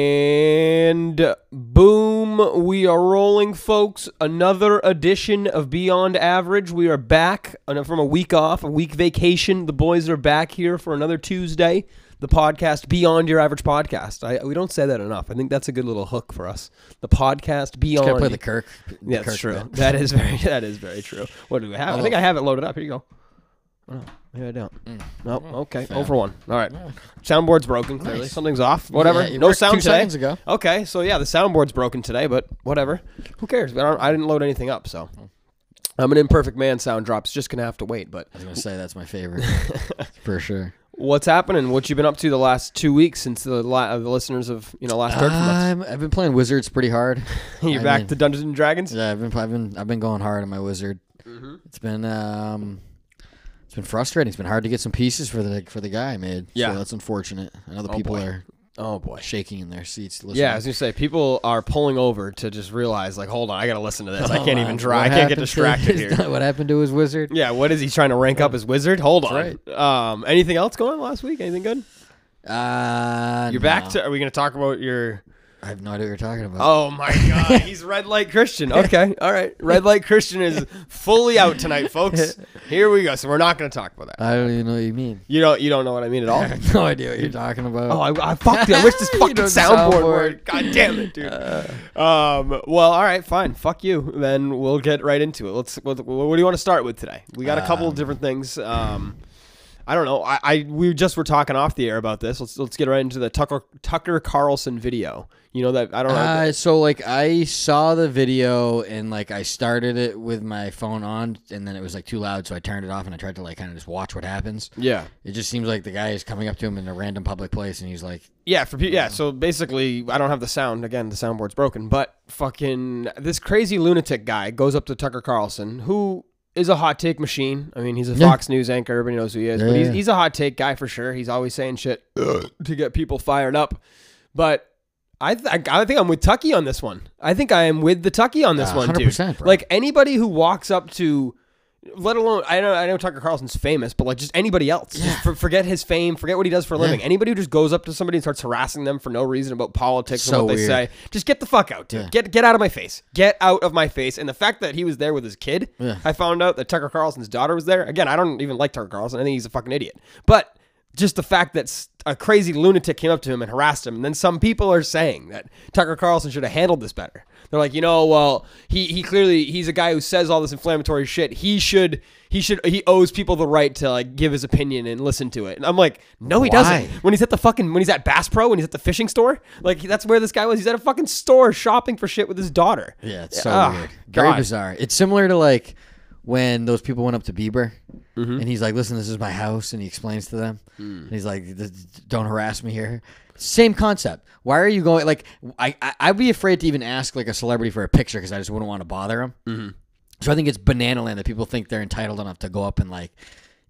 And boom, we are rolling, folks. Another edition of Beyond Average. We are back on- from a week off, a week vacation. The boys are back here for another Tuesday. The podcast Beyond Your Average Podcast. I, we don't say that enough. I think that's a good little hook for us. The podcast Beyond. Gotta play the Kirk. the yeah, that's Kirk true. bit. That is very. That is very true. What do we have? I think I have it loaded up. Here you go. Oh, no. maybe I don't. Mm. No. Okay. Oh for one. All right. Soundboard's broken. Clearly, Nice. somethings off. Whatever. it no worked sound two today. seconds ago. Okay. So yeah, the soundboard's broken today, but whatever. Who cares? I, don't, I didn't load anything up, so Mm. I'm an imperfect man. Sound drops. Just gonna have to wait. But I was gonna say that's my favorite for sure. what's happening? What you been up to the last two weeks since the la- uh, the listeners have you know last heard from us? I'm, Um, I've been playing Wizards pretty hard. You're I back mean, to Dungeons and Dragons. yeah, I've been I've been I've been going hard on my Wizard. Mm-hmm. It's been um, it's been frustrating. It's been hard to get some pieces for the for the guy I made. Yeah. so that's unfortunate. I know the people boy. are Oh boy. shaking in their seats. Listening. Yeah, I was gonna say people are pulling over to just realize, like, hold on, I gotta listen to this. I can't Wow. even try. What I can't get happened to distracted his- here. what happened to his Wizard? Yeah, what is he trying to rank up his wizard? Hold on. That's Um, anything else going on last week? Anything good? Uh, You're back no. to. Are we gonna talk about your? I have no idea what you're talking about. Oh my god, he's red light Christian. Okay, all right, red light Christian is fully out tonight, folks. Here we go. So we're not gonna talk about that. I don't even know what you mean. You don't. You don't know what I mean at all. I have no idea what you're talking about. Oh, I, I fucked it. I wish this You fucking know the soundboard, soundboard. worked. God damn it, dude. um, well, all right, fine. Fuck you. Then we'll get right into it. Let's. What, what do you want to start with today? We got a couple of different things. Um, I don't know. I, I we just were talking off the air about this. Let's let's get right into the Tucker Tucker Carlson video. You know that I don't know. Uh, so like I saw the video and like I started it with my phone on and then it was like too loud so I turned it off and I tried to like kind of just watch what happens. yeah. It just seems like the guy is coming up to him in a random public place and he's like, Yeah, for pe- yeah. So basically, I don't have the sound again. The soundboard's broken, but fucking this crazy lunatic guy goes up to Tucker Carlson, who is a hot take machine. I mean, he's a Yeah. Fox News anchor; everybody knows who he is. Yeah, but he's, yeah. he's a hot take guy for sure. He's always saying shit to get people fired up. But I th- I think I'm with Tucky on this one. I think I am with the Tucky on this Uh, one, dude. 100%, bro. Like anybody who walks up to let alone I know I know Tucker Carlson's famous, but like just anybody else, just for, forget his fame, forget what he does for a living. Anybody who just goes up to somebody and starts harassing them for no reason about politics So and what they weird. say, just get the fuck out, dude. Yeah. Get get out of my face. Get out of my face. And the fact that he was there with his kid, Yeah. I found out that Tucker Carlson's daughter was there. Again, I don't even like Tucker Carlson. I think he's a fucking idiot. But just the fact that s- a crazy lunatic came up to him and harassed him, and then some people are saying that Tucker Carlson should have handled this better. They're like, you know, well, he he clearly he's a guy who says all this inflammatory shit. He should he should he owes people the right to like give his opinion and listen to it. And I'm like, no, he Why? doesn't when he's at the fucking when he's at Bass Pro when he's at the fishing store. Like that's where this guy was. He's at a fucking store shopping for shit with his daughter. "Yeah, it's so Ah, weird, very God. bizarre." It's similar to like when those people went up to Bieber Mm-hmm. and he's like, "Listen, this is my house," and he explains to them, Hmm. and he's like, "Th- "Don't harass me here." Same concept. Why are you going? Like, I, I I'd be afraid to even ask like a celebrity for a picture because I just wouldn't want to bother him. Mm-hmm. So I think it's banana land that people think they're entitled enough to go up and like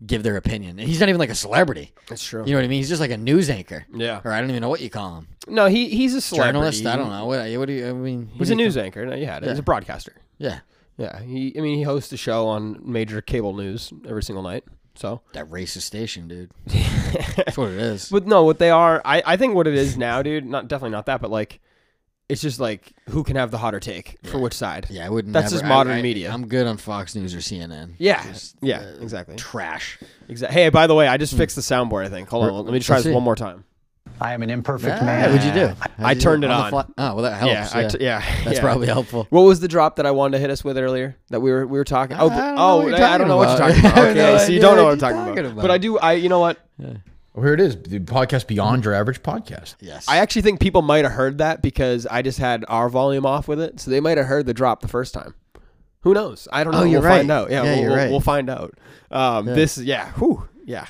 give their opinion. And he's not even like a celebrity. That's true. You know what I mean? He's just like a news anchor. Yeah. Or I don't even know what you call him. No, he he's a celebrity. Journalist? I don't know. What, what do you, I mean? what He's do a you news anchor. No, you had it. He's a broadcaster. call- Yeah. Yeah, he. I mean, he hosts a show on major cable news every single night. So, That racist station, dude. That's what it is. but no, what they are, I, I think what it is now, dude. Not definitely not that, but like, it's just like who can have the hotter take for which side. Yeah, I wouldn't. That's never, just modern I, I, media. I'm good on Fox News or CNN. yeah, Just uh, yeah, exactly, trash. exactly. Hey, by the way, I just fixed the soundboard. I think. Hold on, let me try let's this see. one more time. I am an imperfect Ah, man. what'd you do? I How'd you turned it do? the on. fly- Oh, well, that helps. yeah, I t- yeah, That's yeah. probably helpful. What was the drop that I wanted to hit us with earlier that we were we were talking? Oh, I don't know oh, what you're I don't talking know what you're about. talking about. I have Okay, no so you idea don't know what what I'm you're talking talking about. about. But I do. I you know what? Well, here it is, the podcast Beyond Your Average Podcast. Yes. I actually think people might have heard that because I just had our volume off with it, so they might have heard the drop the first time. Who knows? I don't know. Oh, you're we'll find right. out. Yeah, Yeah, we'll, you're we'll- right. we'll find out. Um, This, yeah, whew, yeah.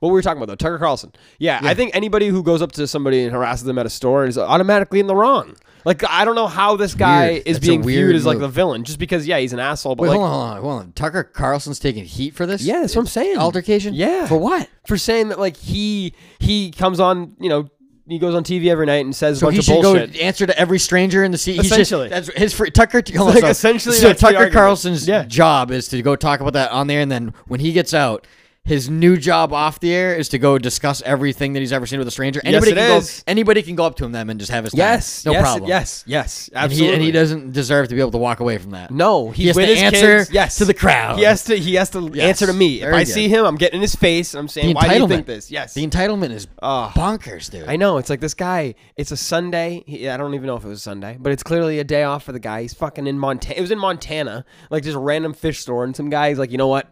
What we were talking about though, Tucker Carlson. Yeah, I think anybody who goes up to somebody and harasses them at a store is automatically in the wrong. Like I don't know how this guy weird. is That's a being viewed weird as like move. the villain just because yeah he's an asshole. But Wait, like, hold, on, hold on, hold on. Tucker Carlson's taking heat for this. Yeah, that's what I'm saying. Altercation. Yeah. For what? for saying that like he he comes on you know he goes on TV every night and says a So bunch he of should bullshit. go answer to every stranger in the seat. He's just- Essentially. that's his fr- Tucker. hold on, like so, essentially so that's the Tucker argument. Carlson's Yeah. job is to go talk about that on there, and then when he gets out, his new job off the air is to go discuss everything that he's ever seen with a stranger. Yes, Anybody it can is. go. Anybody can go up to him then and just have his time. Yes. no yes, problem. Yes. Yes. and he, Absolutely. and he doesn't deserve to be able to walk away from that. No, he has with to his answer kids, yes. to the crowd. He has to. He has to Yes. answer to me. If Very I good. see him, I'm getting in his face and I'm saying, the "Why do you entitlement. think this?" Yes. the entitlement is Ah. bonkers, dude. I know. It's like this guy. It's a Sunday. He, I don't even know if it was Sunday, but it's clearly a day off for the guy. He's fucking in Montana. It was in Montana, like just a random fish store, and some guy's like, you know what?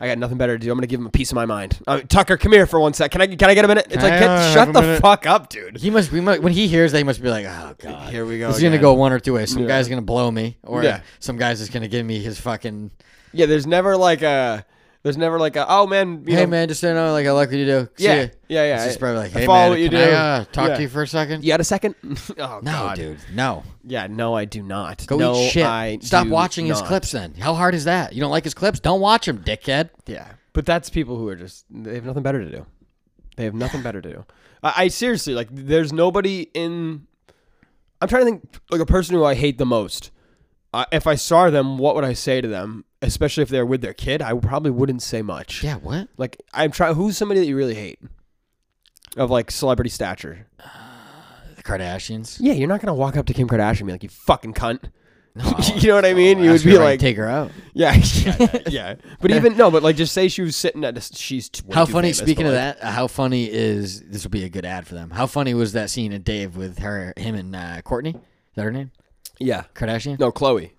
I got nothing better to do. I'm gonna give him a piece of my mind. Uh, Tucker, come here for one sec. Can I? Can I get a minute? It's like, I, get, uh, have shut a the minute? fuck up, dude. He must, we must when he hears that he must be like, oh god, Here we go He's gonna again. go one or two ways. Some guy's gonna blow me, or Yeah. some guy's just gonna give me his fucking. Yeah, there's never like a. There's never like a. Oh man, you hey know, man, just so you know, like I like what you do. See Yeah. ya." Yeah, yeah. It's just probably like, I hey follow man, what you can I, do." uh, talk Yeah. to you for a second? You got a second? oh No, god, dude, no. Yeah, no, I do not. Go no, eat shit. I Stop do watching his not. clips. Then how hard is that? You don't like his clips? Don't watch him, dickhead. Yeah, but that's people who are just they have nothing better to do. They have nothing better to do. I, I seriously like. There's nobody in. I'm trying to think like a person who I hate the most. I, if I saw them, what would I say to them? Especially if they're with their kid, I probably wouldn't say much. Yeah, what? Like I'm trying. Who's somebody that you really hate? Of like celebrity stature. The Kardashians. Yeah, you're not gonna walk up to Kim Kardashian and be like, "You fucking cunt." No, I you know what I mean? you ask would her be if I could like, take her out. Yeah, yeah, yeah. But even no, but like just say she was sitting at a, she's. t- way How too funny? famous, Speaking but, of like, that, how funny is this? Will be a good ad for them. How funny was that scene at Dave with her, him, and uh, Courtney? Is that her name? Yeah. Kardashian? No, Chloe.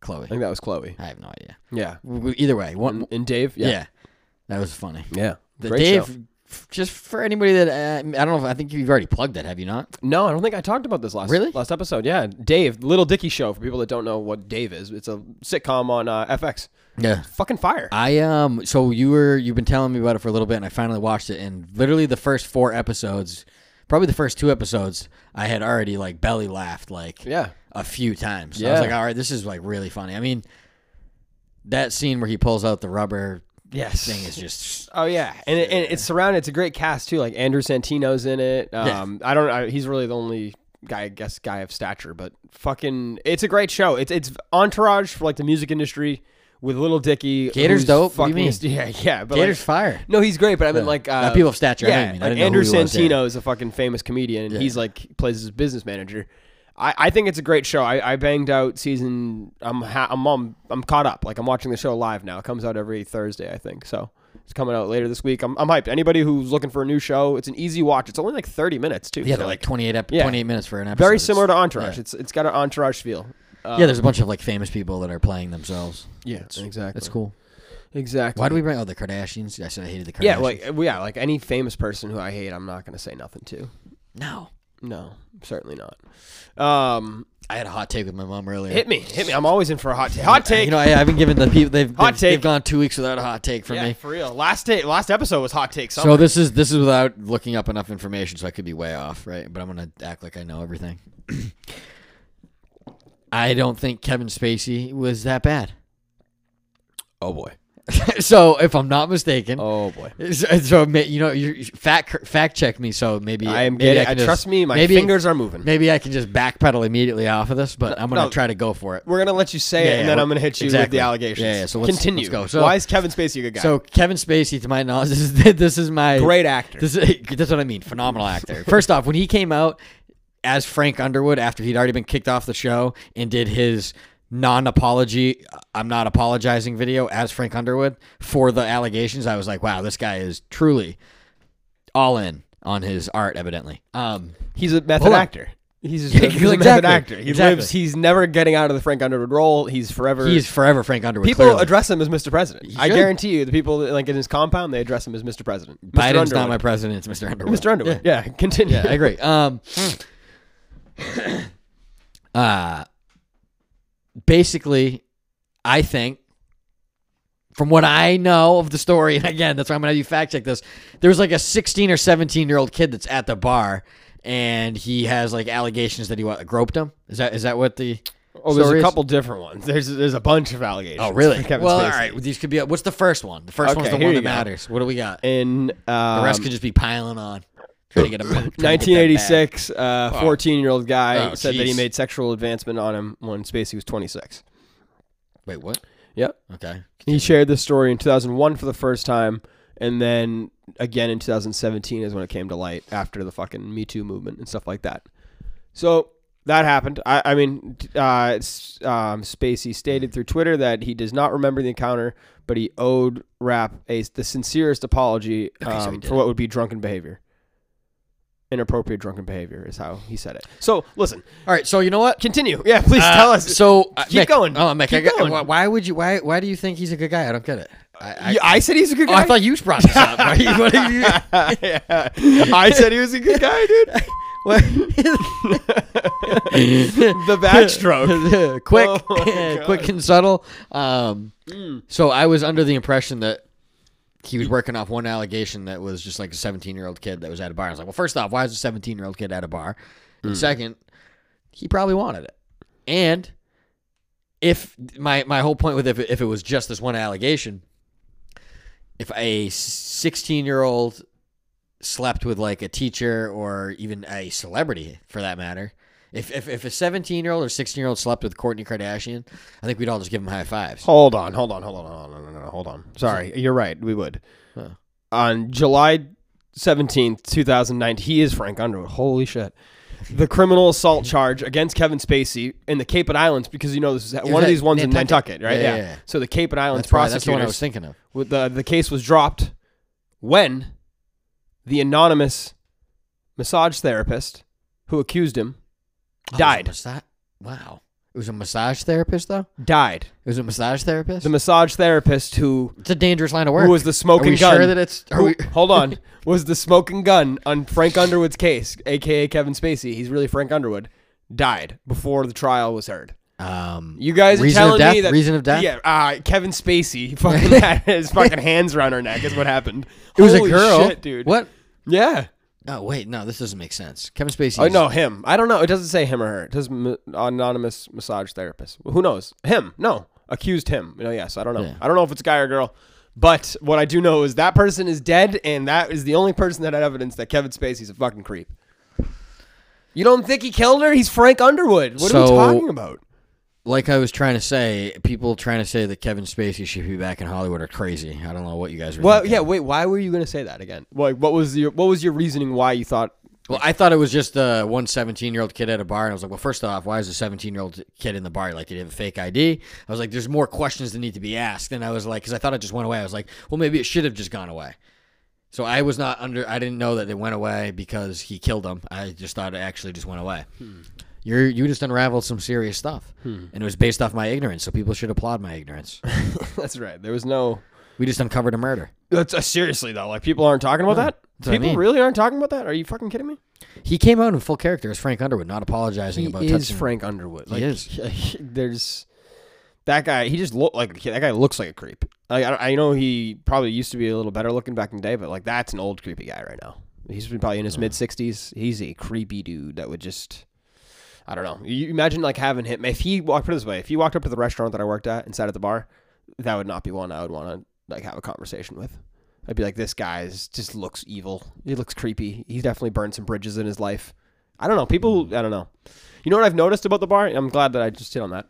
Chloe. I think that was Chloe. I have no idea. Yeah. W- w- Either way, one. And, and Dave. yeah. Mm, Yeah. that was funny. Yeah. The Great Dave, show. f- just for anybody that uh, I don't know. If, I think you've already plugged that, have you not? No, I don't think I talked about this last Really? last episode. Yeah, Dave, Little Dicky show for people that don't know what Dave is. It's a sitcom on uh, FX. Yeah. Fucking fire. I um. So you were you've been telling me about it for a little bit, and I finally watched it. And literally the first four episodes, probably the first two episodes, I had already like belly laughed like yeah. a few times. I was Yeah. like, all right, this is like really funny. I mean, that scene where he pulls out the rubber Yes. thing is just Oh yeah, and, it, and it's surrounded. It's a great cast too. Like Andrew Santino's in it. Yeah. Um, I don't. I, he's really the only guy, I guess, guy of stature. But fucking, it's a great show. It's it's entourage for like the music industry with Little Dicky. Gator's who's dope? What do you mean? is- yeah, yeah. But Gator's like, fire. no, he's great. But I mean, like uh, Not people of stature, I know what Yeah, you mean. I like didn't know Andrew who he was there. Santino is a fucking famous comedian, and he's like plays his business manager. I, I think it's a great show. I, I banged out season. I'm ha- I'm on, I'm caught up. Like I'm watching the show live now. It comes out every Thursday, I think. So it's coming out later this week. I'm, I'm hyped. Anybody who's looking for a new show, it's an easy watch. It's only like 30 minutes too. Yeah, So, they're like 28, ep- yeah. 28 minutes for an episode. very It's- similar to Entourage. It's it's got an Entourage feel. Uh, yeah, there's a bunch of like famous people that are playing themselves. yeah, exactly. That's cool. Exactly. Why do we bring? Oh, the Kardashians. I said I hated the Kardashians. Yeah, like yeah, like any famous person who I hate, I'm not gonna say nothing to. no. No, certainly not. Um, I had a hot take with my mom earlier. Hit me, hit me. I'm always in for a hot take. Hot take. You know, I, I haven't given the people they've Hot they've, take. they've gone two weeks without a hot take from yeah, me. for real. Last take. Last episode was hot take. So So this is this is without looking up enough information, so I could be way off, right? But I'm gonna act like I know everything. I don't think Kevin Spacey was that bad. oh boy. so if I'm not mistaken, Oh boy. so, so ma- you know, you fact fact check me. So maybe I am maybe getting. I can just- trust me. My maybe- fingers are moving. Maybe I can just backpedal immediately off of this, but I'm gonna no. try to go for it. We're gonna let you say Yeah, it, and yeah, then we're- I'm gonna hit you with exactly. the allegations. Yeah, yeah, so let's- continue. let's go. So- Why is Kevin Spacey a good guy? So Kevin Spacey, to my knowledge, this is this is my Great actor. This is, that's what I mean. Phenomenal actor. First off, when he came out as Frank Underwood after he'd already been kicked off the show and did his non-apology, I'm not apologizing video as Frank Underwood for the allegations, I was like, wow, this guy is truly all in on his art. Evidently, um, he's a method Hold on. actor. He's, just, he's a method Exactly. actor. He Exactly. lives. He's never getting out of the Frank Underwood role. He's forever. he's forever Frank Underwood. people clearly. address him as Mr. President. I should. guarantee you, the people like in his compound, they address him as Mr. President. Mr. Biden's Underwood. not my president. It's Mr. Underwood. Mr. Underwood. Yeah, continue. I agree. Um, uh, basically, I think, from what I know of the story, and again, that's why I'm gonna have you fact check this. There was like a 16 or 17 year old kid that's at the bar, and he has like allegations that he what, groped him. Is that is that what the Oh, there's story a is? couple different ones. There's there's a bunch of allegations. Oh, really? for Kevin well, Spacey. all right. These could be. What's the first one? The first one's Okay, the here one you go. that matters. What do we got? In The uh, rest could just be piling on. Trying to get a- trying to get that bag. 1986, uh, 14-year-old guy Oh, said that he jeez. made sexual advancement on him when Spacey was 26. Wait, what? Yep. Okay. He shared this story in 2001 for the first time And then again in 2017 is when it came to light after the fucking Me Too movement and stuff like that. So that happened. I, I mean, t- uh, it's, um, Spacey stated through Twitter that he does not remember the encounter, but he owed Rap a, the sincerest apology so he um, did for what would be drunken behavior. Inappropriate drunken behavior is how he said it. So listen, All right, so you know what? continue. Yeah, please tell Uh, us. So uh, Keep Mick, going. Oh, Mick, Keep I got, going. why- Why would you? Why? Why do you think he's a good guy? I don't get it. I, I, Yeah, I said he's a good oh, guy. I thought you brought this up. Right? What are you- Yeah. I said he was a good guy, dude. what- The backstroke. quick, Oh, my quick and subtle. Um, So I was under the impression that he was working off one allegation that was just like a 17 year old kid that was at a bar. I was like, well, first off, why is a 17 year old kid at a bar? And second, he probably wanted it. And if my my whole point with if it, if it was just this one allegation, if a 16 year old slept with like a teacher or even a celebrity for that matter. If, if, if a 17 year old or 16 year old slept with Courtney Kardashian, I think we'd all just give him high fives. Hold on, hold on, hold on, hold on, hold on, hold on. Sorry, you're right. We would. Huh. On July 17th, 2009, he is Frank Underwood. Holy shit. The criminal assault charge against Kevin Spacey in the Cape and Islands, because you know this is one of at these ones in Nantucket, Nantucket. right? Yeah, yeah, yeah. So the Cape and Islands That's, probably, that's the one I prosecutors was thinking of. with the the case was dropped when the anonymous massage therapist who accused him Oh, Died. it was a massa- wow. It was a massage therapist, though. died. It was a massage therapist. The massage therapist who it's a dangerous line of work. who was the smoking are we gun. Sure that it's. Are who- we, hold on, was the smoking gun on Frank Underwood's case, aka Kevin Spacey. He's really Frank Underwood. Died before the trial was heard. um, You guys are reason telling of death, me that reason of death. Yeah, uh, Kevin Spacey he fucking had his fucking hands around her neck is what happened. It was Holy a girl, shit, dude. What? Yeah. Oh wait, no, this doesn't make sense. Kevin Spacey. Oh is- no, him. I don't know. It doesn't say him or her. It says m- anonymous massage therapist. Who knows? Him. No, accused him. You know, yes. I don't know. Yeah. I don't know if it's a guy or girl. But what I do know is that person is dead, and that is the only person that had evidence that Kevin Spacey's a fucking creep. You don't think he killed her? He's Frank Underwood. What are we So- talking about? Like I was trying to say, people trying to say that Kevin Spacey should be back in Hollywood are crazy. I don't know what you guys. Were Well, thinking. yeah. Wait, why were you going to say that again? Like, what was your what was your reasoning why you thought? Well, I thought it was just uh, one 17 year old kid at a bar. And I was like, well, first off, why is a 17 year old kid in the bar? Like, did he have a fake ID? I was like, there's more questions that need to be asked. And I was like, because I thought it just went away. I was like, well, maybe it should have just gone away. So I was not under, I didn't know that it went away because he killed him. I just thought it actually just went away. Hmm. You're, you just unraveled some serious stuff. And it was based off my ignorance. So people should applaud my ignorance. That's right. There was no. we just uncovered a murder. That's uh, seriously though. Like, people aren't talking about that. that's what I People mean. really aren't talking about that. Are you fucking kidding me? He came out in full character as Frank Underwood, not apologizing he about is touching. Frank Underwood. Like, is. there's that guy. He just look like that guy looks like a creep. Like, I, don't- I know he probably used to be a little better looking back in the day, but like that's an old creepy guy right now. He's been probably in his mid sixties. He's a creepy dude that would just. I don't know. You imagine like having him if he walked put it this way, if he walked up to the restaurant that I worked at and sat at the bar, that would not be one I would want to like have a conversation with. I'd be like, this guy's just looks evil. He looks creepy. He's definitely burned some bridges in his life. I don't know. People, I don't know. You know what I've noticed about the bar? I'm glad that I just hit on that.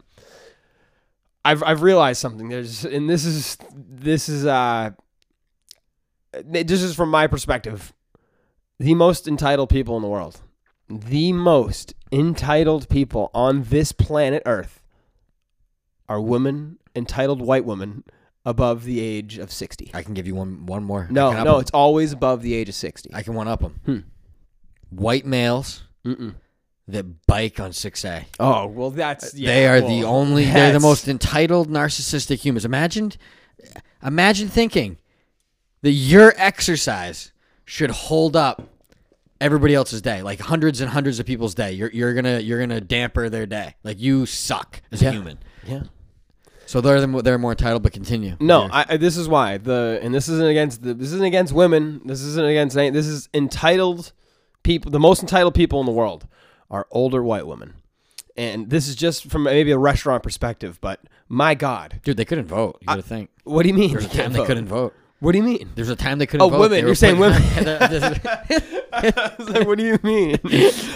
I've I've realized something. There's and this is this is uh this is from my perspective. The most entitled people in the world. The most entitled people on this planet Earth are women, entitled white women above the age of 60. I can give you one, one more. I can No, up no, him. it's always above the age of 60. I can one up them. Hmm. White males Mm-mm. that bike on 6A. Oh, well that's yeah, they are the well, only, they're the that's- most entitled narcissistic humans. Imagine, imagine thinking that your exercise should hold up everybody else's day, like hundreds and hundreds of people's day. You're, you're gonna, you're gonna damper their day. Like you suck as a human. Yeah. So they're, the mo- they're more entitled, but continue. No, You're- I, I- this is why the and this isn't against the, this isn't against women. This isn't against any, this is entitled people. The most entitled people in the world are older white women, and this is just from maybe a restaurant perspective. But my God, dude, they couldn't vote. You gotta think. what do you mean? There's a they can't time they vote? couldn't vote. What do you mean? There's a time they couldn't Oh, vote. women. They were You're saying putting- I was like, what do you mean?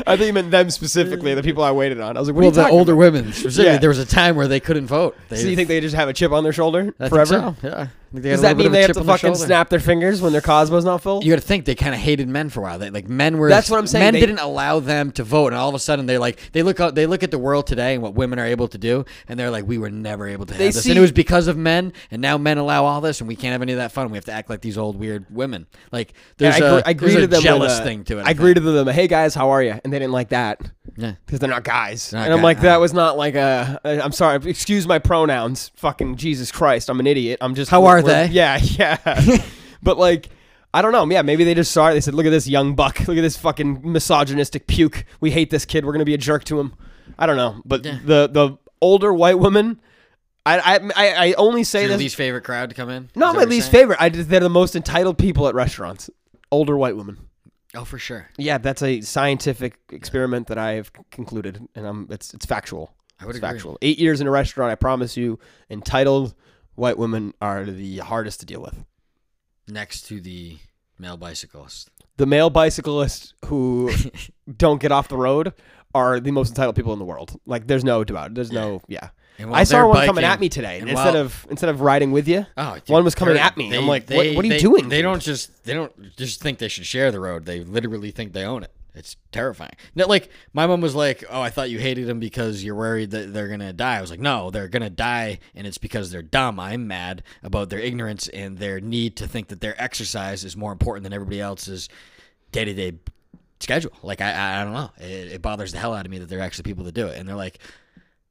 I thought you meant them specifically, the people I waited on. I was like, what Well, are you the talking older about? women. Specifically, Yeah. there was a time where they couldn't vote. They, So you think they just have a chip on their shoulder I think forever? so, Yeah. They had Does a that little bit mean of a they have chip to on their fucking shoulder. snap their fingers when their Cosmo's not full? You got to think they kind of hated men for a while. They, like men were. That's what I'm saying. Men They- didn't allow them to vote, and all of a sudden they like they look out. They look at the world today and what women are able to do, and they're like, we were never able to have They this, see- and it was because of men. And now men allow all this, and we can't have any of that fun. We have to act like these old weird women. Like And I, there's a, gre- I there's greeted a them with jealous a- thing to it. I greeted them, hey guys, how are you? And they didn't like that Yeah. because they're not guys. not and I'm guy- like, that was not like a. I'm sorry, excuse my pronouns. Fucking Jesus Christ, I'm an idiot. I'm just. How are we're- they? Yeah, yeah. but like, I don't know. Yeah, maybe they just saw it. They said, look at this young buck. Look at this fucking misogynistic puke. We hate this kid. We're gonna be a jerk to him. I don't know. But the the older white woman. I, I, I- I only say Your this least favorite crowd to come in? not my least favorite. I just, they're the most entitled people at restaurants. Older white women. Oh, for sure. Yeah, that's a scientific experiment that I have c- concluded, and I'm it's it's factual. I would it's agree. factual. Eight years in a restaurant, I promise you, entitled white women are the hardest to deal with. Next to the male bicyclist. The male bicyclists who don't get off the road are the most entitled people in the world. Like, there's no doubt. There's no yeah. And while I saw they're one coming biking- at me today and instead while- of instead of riding with you. Oh, dude, one was coming they're- at me. I'm they- like, what, they- what are you they- doing? They dude? don't just they don't just think they should share the road. They literally think they own it. It's terrifying. No, like my mom was like, "Oh, I thought you hated them because you're worried that they're gonna die." I was like, "No, they're gonna die, and it's because they're dumb." I'm mad about their ignorance and their need to think that their exercise is more important than everybody else's day to day schedule. Like I, I, I don't know. It, it bothers the hell out of me that there are actually people that do it, and they're like,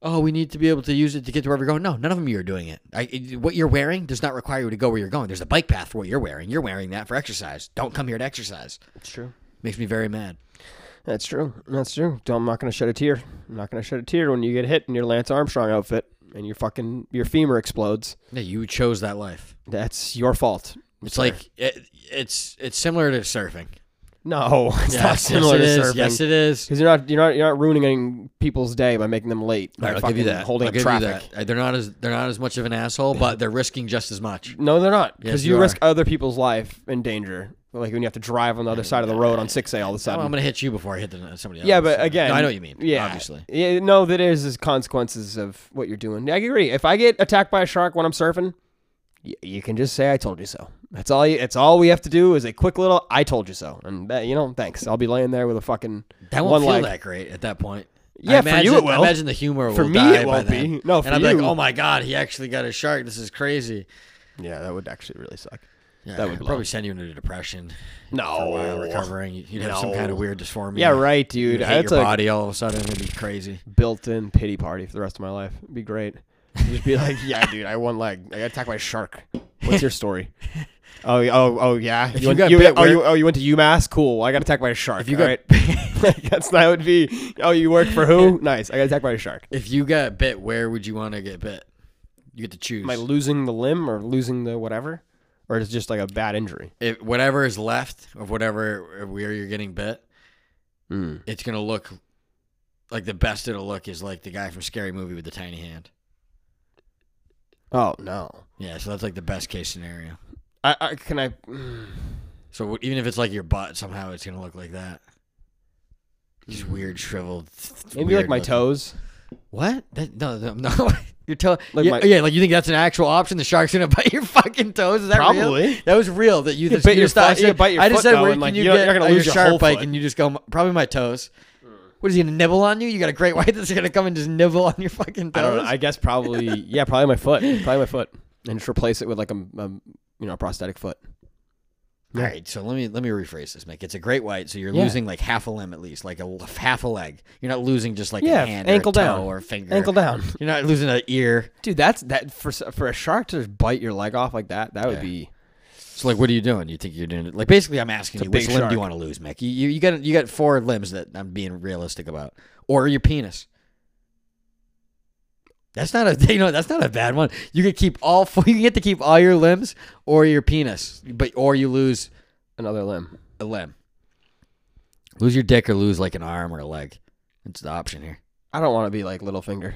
oh, we need to be able to use it to get to where we're going. No, none of them you are doing it. I, it- what you're wearing does not require you to go where you're going. There's a bike path for what you're wearing. You're wearing that for exercise. Don't come here to exercise. It's true. Makes me very mad. That's true. That's true. I'm not going to shed a tear. I'm not going to shed a tear when you get hit in your Lance Armstrong outfit and your fucking your femur explodes. Yeah, you chose that life. That's your fault. It's like it, it's it's similar to surfing. No, it's not Yes, similar to yes, it is. surfing. Yes, it is. Because you're not you're not you're not ruining people's day by making them late. By All right, I'll fucking give you that. Holding I'll up give traffic. You that. Uh, They're not as they're not as much of an asshole, but they're risking just as much. No, they're not. Because Yes, you, you risk are. other people's life in danger. Like when you have to drive on the other side of the road on six A all of a Well, sudden. I'm gonna hit you before I hit the, somebody else. yeah, but again, no, I know what you mean. Yeah, obviously. Yeah, no, that is is consequences of what you're doing. I agree. If I get attacked by a shark when I'm surfing, y- you can just say "I told you so." That's all. You, that's all we have to do is a quick little "I told you so," and that, you know, thanks. I'll be laying there with a fucking That won't one feel leg. that great at that point. Yeah, I for you imagine, it will. I imagine the humor For will me die it by won't then. be. No, for and I'm you- like, oh my god, he actually got a shark. This is crazy. Yeah, that would actually really suck. Yeah, That would I'd blow. probably send you into depression. for a while No. recovering, you'd have some No. kind of weird dysphoria. Yeah, right, dude. You'd hate That's your a body all of a sudden. It'd be crazy. built-in pity party for the rest of my life. It'd be great. Just be like, yeah, dude, I one leg. I got attacked by a shark. What's your story? oh, y- oh, oh, yeah. You, you went, got you- bit, oh, where- you, oh, you went to UMass. Cool. I got attacked by a shark. If you All got- right. Like, that's that would be. Oh, you work for who? Nice. I got attacked by a shark. If you got bit, where would you want to get bit? You get to choose. Am I losing the limb or losing the whatever, or is it just like a bad injury? if whatever is left of whatever where you're getting bit, it's gonna look like the best it'll look is like the guy from Scary Movie with the tiny hand. Oh no. Yeah, so that's like the best case scenario. I, I can I. hmm, So w- even if it's like your butt, somehow it's gonna look like that. Just weird shriveled. Maybe like weird my looking- toes. What? That, no, no, no. your toe. Like yeah, my- yeah, like you think that's an actual option? The shark's gonna bite your fucking toes? Is that real? Probably. That was real. That you, You just, bite you your just thought- foot- you bite your I just foot, said, though, where and, can like, you you're- get you're gonna uh, lose your shark whole bite? foot. And you just go probably my toes. What is he gonna nibble on you? You got a great white that's gonna come and just nibble on your fucking I toes. don't know. I guess probably yeah, probably my foot. Probably my foot, and just replace it with like a, a you know a prosthetic foot. All right, so let me let me rephrase this, Mick. It's a great white, so you're Yeah. losing like half a limb at least, like a l- half a leg. You're not losing just like Yeah, a hand, ankle or a toe down. or a finger, Ankle down, You're not losing an ear. dude. That's that for s- for a shark to just bite your leg off like that. That would Yeah. be So like, what are you doing? You think you're doing it? Like basically, I'm asking It's a you, which big limb do shark. you want to lose, Mick? You, you you got you got four limbs that I'm being realistic about, or your penis. That's not a you know that's not a bad one. You could keep all four. You get to keep all your limbs or your penis, but or you lose another limb. a limb. Lose your dick or lose like an arm or a leg. It's the option here. I don't want to be like Littlefinger.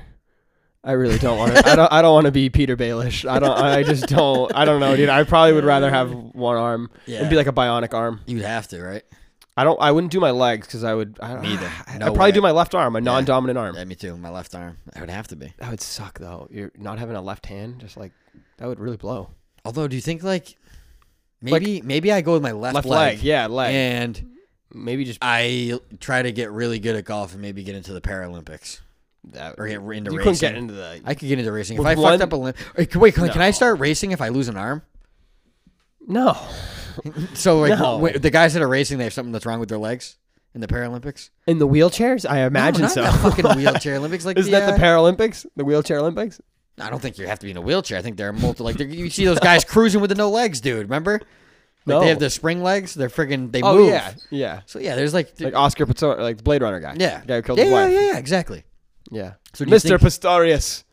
I really don't want to. I don't. I don't want to be Peter Baelish. I don't. I just don't. I don't know, dude. I probably would rather have one arm and be Yeah. like a bionic arm. You'd have to, right? I don't. I wouldn't do my legs because I would. I, Neither. I, No I'd probably way. do my left arm, a non-dominant arm. Yeah, me too. My left arm. I would have to be. That would suck though. You're not having a left hand. Just like that would really blow. Although, do you think like maybe maybe I go with my left, Left leg, yeah, leg. and Maybe just I try to get really good at golf and maybe get into the Paralympics that. or get into you racing. couldn't get into the. I could get into racing if With I one- fucked up a limb. Wait, can- wait, can, can I No. start racing if I lose an arm? no, So like No. wait, the guys that are racing, they have something that's wrong with their legs in the Paralympics. in the wheelchairs. I imagine no, not so. in the fucking wheelchair Olympics. Like Isn't the, that the uh, Paralympics? The wheelchair Olympics? I don't think you have to be in a wheelchair. I think they're multi. Like they're, you see those guys cruising with the no legs, dude. Remember? Like, No. They have the spring legs. They're friggin' they Oh move. yeah, yeah. So yeah, there's like, Like Oscar Pistorius, like the Blade Runner guy. yeah, the guy who killed yeah, his wife. yeah, yeah, exactly. Yeah. So do you Mr. think- Pistorius.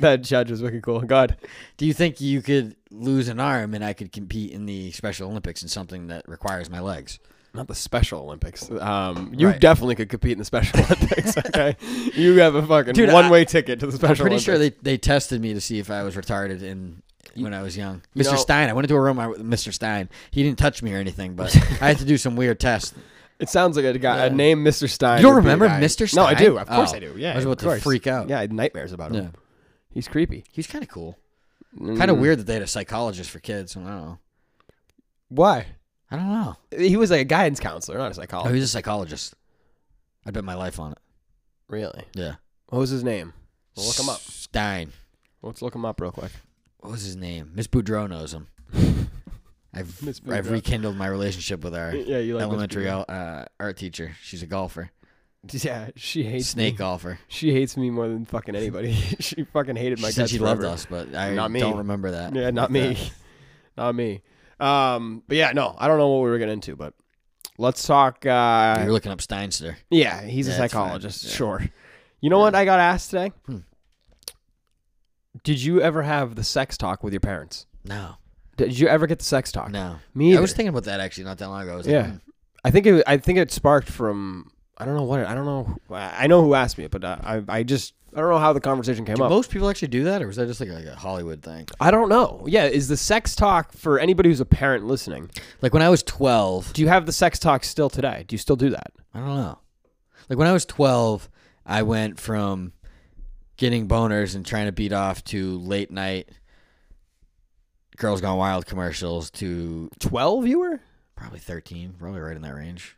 that judge was wicked cool. God. Do you think you could lose an arm and I could compete in the Special Olympics in something that requires my legs? Not the Special Olympics. Um, you Right. definitely could compete in the Special Olympics. Okay, you have a fucking Dude, I- one-way ticket to the Special. I'm pretty Olympics. sure they, they tested me to see if I was retarded in when I was young. Mr. know- Stein, I went into a room with Mr. Stein. He didn't touch me or anything, but I had to do some weird tests. It sounds like a guy, a name, Mr. Stein. You don't would be a remember guy- Mr. No, I Stein? do. Of course Oh. I do. Yeah, I was of about to course. freak out. Yeah, I had nightmares about him. Yeah. He's creepy. He was kind of cool. Mm. Kind of weird that they had a psychologist for kids. I don't know. Why? I don't know. He was like a guidance counselor, not a Oh, psychologist. he was a psychologist. I bet my life on it. Really? Yeah. What was his name? We'll look him up. Stein. Let's look him up real quick. What was his name? Miss Boudreau knows him. I've Miss I've Boudreau. rekindled my relationship with our Yeah, you like Miss elementary uh, art teacher. She's a golfer, Yeah, she hates snake Me. golfer. She hates me more than fucking anybody. she fucking hated my she said guts she forever. loved us, but I Not me. don't remember that. Yeah, not Like me. that. not me. Um, but yeah, no, I don't know what we were getting into, but let's talk. You Uh, were looking up Steinster. yeah, he's a Yeah, it's fine. psychologist. Yeah. Sure. You know what I got asked today? Hmm. Did you ever have the sex talk with your parents? No, Did you ever get the sex talk? no. Me either. I was thinking about that actually not that long ago. I was yeah, like, hmm. I think it. I think it sparked from. I don't know what. I don't know. I I know who asked me, it, but uh, I. I just. I don't know how the conversation came do up. most people actually do that, or was that just like, like a Hollywood thing? I don't know. Yeah, is the sex talk for anybody who's a parent listening? Like when I was twelve, Do you have the sex talk still today? Do you still do that? I don't know. Like when I was 12, I went from getting boners and trying to beat off to late night Girls Gone Wild commercials to 12 you were probably 13, probably right in that range.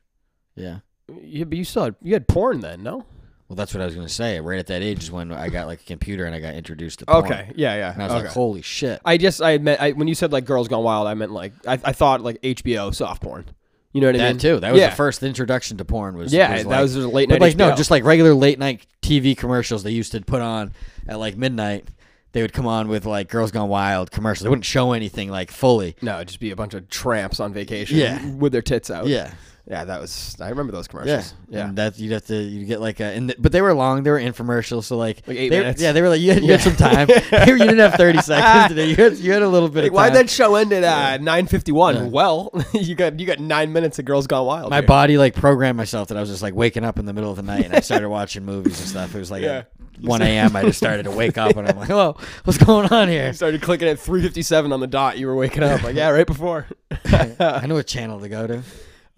Yeah. yeah, but you still had, you had porn then no Well, that's what I was going to say. Right at that age is when I got like a computer and I got introduced to porn. okay yeah yeah And I was okay. like, holy shit. i just i meant I, when you said like girls gone wild i meant like I, I thought like hbo soft porn you know what i mean That too. That was yeah. the first introduction to porn. Was yeah was that like- was just late night But like no, HBO. just like regular late night TV commercials they used to put on at like midnight. They would come on with like Girls Gone Wild commercials. They wouldn't show anything like fully. no just be a bunch of tramps on vacation Yeah. with their tits out Yeah. yeah that was i remember those commercials yeah, And that you'd have to you get like a and th- but they were long. They were infomercials. So like, Like eight they- minutes. Yeah, they were like you had, you had some time. you didn't have thirty seconds today. You had you had a little bit Like, of why'd time. that show end at uh, nine fifty Yeah. one? Well, you got you got nine minutes of Girls Gone Wild. my here. body like programmed myself that I was just like waking up in the middle of the night and I started watching movies and stuff. It was like Yeah. at 1 a.m. I just started to wake up and I'm like, whoa, what's going on here? You started clicking at three fifty seven on the dot. You were waking up like yeah, right before. I know a channel to go to.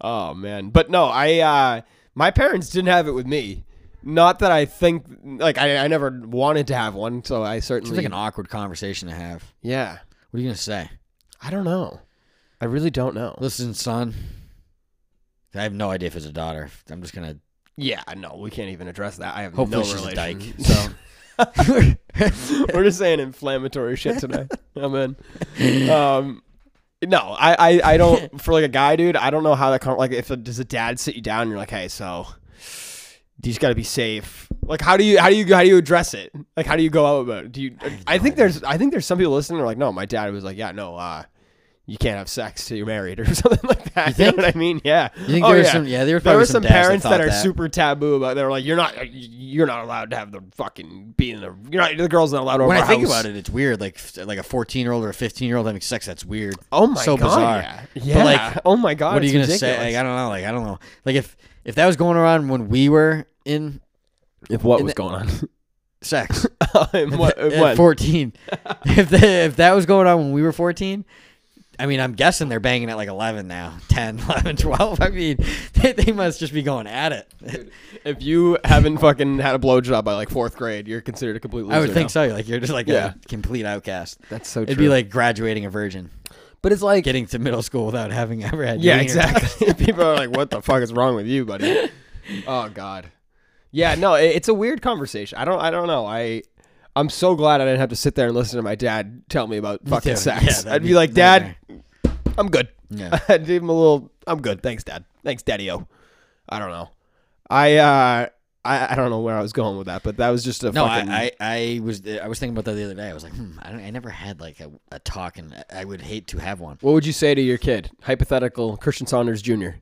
Oh man, but no, I uh, my parents didn't have it with me. Not that I think like I, I never wanted to have one, so I It's certainly like an awkward conversation to have. yeah. What are you gonna say? I don't know. I really don't know. Listen, son. I have no idea if it's a daughter. I'm just gonna Yeah, no, we can't even address that. I have hopefully no she's a dyke. relation. So We're just saying inflammatory shit today. I'm in. Um, no, I, I, I don't for like a guy, dude. I don't know how that con- like if a, does a dad sit you down and you're like, hey, so you just got to be safe. Like, how do you how do you how do you address it? Like, how do you go out about it? Do you? I, think there's I think there's some people listening who are like, no, my dad was like, yeah, no, uh, you can't have sex till you're married or something like that. You, think? know what I mean? Yeah. You think there were some- yeah, there there were probably were some, some dads that parents that, thought are that. super super taboo about. They were like, "You're not, uh, you're not allowed to have the fucking be in the. You're not the girl's not allowed over when I our think house." about it, it's weird. Like f- like a 14 year old or a 15 year old having sex. That's weird. Oh my so god, bizarre. yeah, But, yeah. like, oh my god, what are you gonna it's say? ridiculous. Like I don't know. Like I don't know. Like if if that was going around when we were in if what in was the- going on? sex And what? and at what? 14, if that, if that was going on when we were 14, I mean, I'm guessing they're banging at like 11 now, 10, 11, 12. I mean, they, they must just be going at it. If you haven't fucking had a blowjob by like fourth grade, you're considered a complete loser. I would now. think so. Like you're just like Yeah. a complete outcast. That's so It'd true. be like graduating a virgin, But it's like getting to middle school without having ever had. Yeah, dating or- exactly. People are like, "What the fuck is wrong with you, buddy?" Oh God. Yeah, no, it- it's a weird conversation. I don't, I don't know. I, I'm so glad I didn't have to sit there and listen to my dad tell me about fucking too. Yeah, sex. that'd I'd be, be like, Dad, I'm good. Yeah. I'd give him a little. I'm good. Thanks, Dad. Thanks, Daddy O. I don't know. I, uh, I, I don't know where I was going with that, but that was just a No, fucking. I, I, I was I was thinking about that the other day. I was like, hmm, I, don't, I never had like a, a talk, and I- I would hate to have one. what would you say to your kid? Hypothetical Christian Saunders Jr.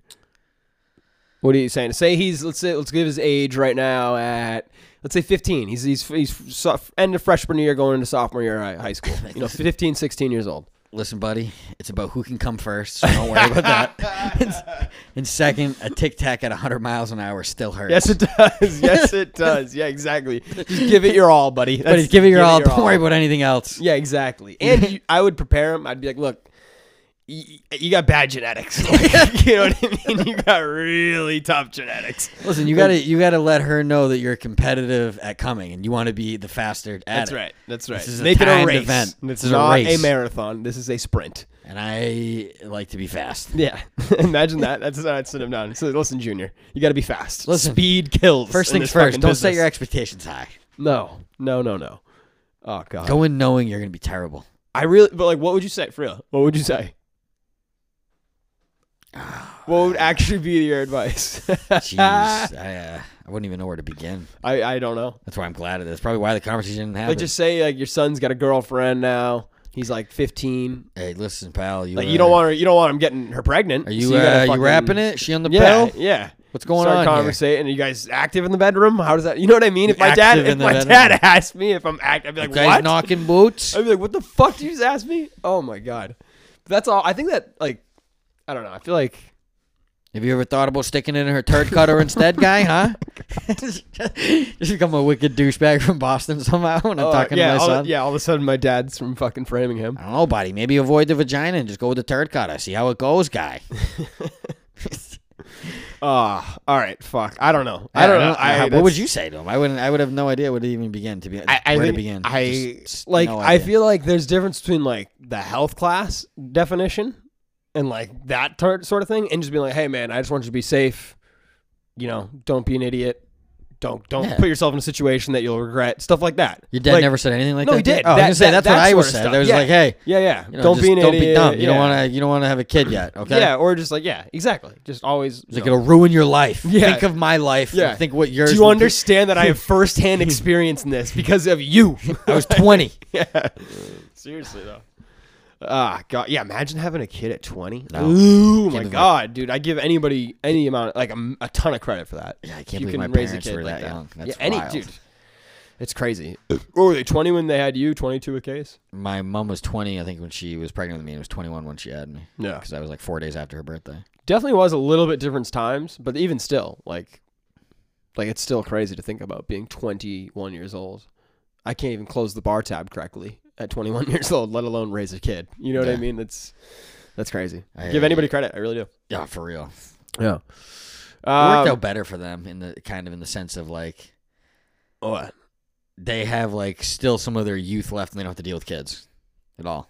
What are you saying? Say he's let's say let's give his age right now at let's say 15. He's he's he's so- end of freshman year going into sophomore year of high school. You know, 15, 16 years old. Listen, buddy, it's about who can come first. So don't worry about that. and second, a tic tac at 100 miles an hour still hurts. Yes, it does. Yes, it does. Yeah, exactly. Just give it your all, buddy. but That's- it's giving your all. Don't worry about anything else. Yeah, exactly. And you, I would prepare him. I'd be like, look, you, you got bad genetics. Like, you know what I mean? You got really tough genetics. Listen, you gotta you gotta let her know that you're competitive at coming, and you want to be the faster. At That's it. right. That's right. This is a Make it a timed race. event. This This is is a not a race. marathon. This is a sprint. And I like to be fast. Yeah, imagine that. That's what I'd sit him down. So listen, Junior, you got to be fast. Listen. speed kills. First in things this fucking first. Don't set business. your expectations high. no, no, no, no. Oh God, Go in knowing you're gonna be terrible. I really. But like, what would you say for real? What would you say? What would actually be your advice? Jeez, I, uh, I wouldn't even know where to begin. I I don't know. That's why I'm glad of this. Probably why the conversation happened. Like, just say like your son's got a girlfriend now. He's like 15. hey, listen, pal. You, Like uh, you don't want her, you don't want him getting her pregnant. Are you so uh, gotta you fucking- wrapping it? She on the Yeah, pill? yeah. What's going Start on here? Conversating. Are you guys active in the bedroom? How does that? You know what I mean? If my dad, Active if in the my bedroom. dad asked me if I'm active, I'd be like, You guys what? knocking boots? I'd be like, what the fuck did you just ask me? Oh my god. But that's all. I think that like, I don't know. I feel like Have you ever thought about sticking it in her turd cutter instead, guy? Huh? just become a wicked douchebag from Boston somehow when I'm oh, talking yeah, to my all, son. yeah. All of a sudden, my dad's from fucking Framingham. I don't know, buddy. Maybe avoid the vagina and just go with the turd cutter. See how it goes, guy. Ah, all right, fuck. I don't know. I don't know. I, what would that's- you say to him? I wouldn't. I would have no idea where to even begin. To be, I, I where think to begin. I Just- just like. no I idea. feel like there's difference between like the health class definition and like that tur sort of thing, and just being like, "Hey, man, I just want you to be safe. You know, don't be an idiot. Don't don't Yeah. put yourself in a situation that you'll regret. Stuff like that." your dad Like- never said anything like no, that. he to you? did. Oh, I was That- gonna say that- that's that what I sort was of said. stuff. There was Yeah. like, hey, Yeah, yeah. you know, don't just be an don't idiot. be dumb. You don't yeah. want to. You don't want to have a kid yet. Okay. Yeah, or just like yeah, exactly. Just always. It's like you know. it'll ruin your life. Yeah. Think of my life. Yeah. Yeah. Think what yours. Do you will be. understand that I have firsthand experience in this because of you? I was twenty. yeah. Seriously though. Ah, God. Yeah, imagine having a kid at 20. No. Ooh, my believe- God, dude. I give anybody any amount, like a, a ton of credit for that. Yeah, I can't If believe my raise a parents kid were that young. That's wild. It's crazy. Or were they 20 when they had you, 22 with Case? my mom was 20 i think when she was pregnant with me and was 21 when she had me Yeah. because i was like four days after her birthday Definitely was a little bit different times, but even still, like, like it's still crazy to think about being 21 years old. I can't even close the bar tab correctly at 21 years old, let alone raise a kid. You know what I Yeah. mean? That's that's crazy. I- give anybody credit. I really do. yeah for real Yeah. it worked Um, out better for them in the kind of in the sense of like what? they have like still some of their youth left and they don't have to deal with kids at all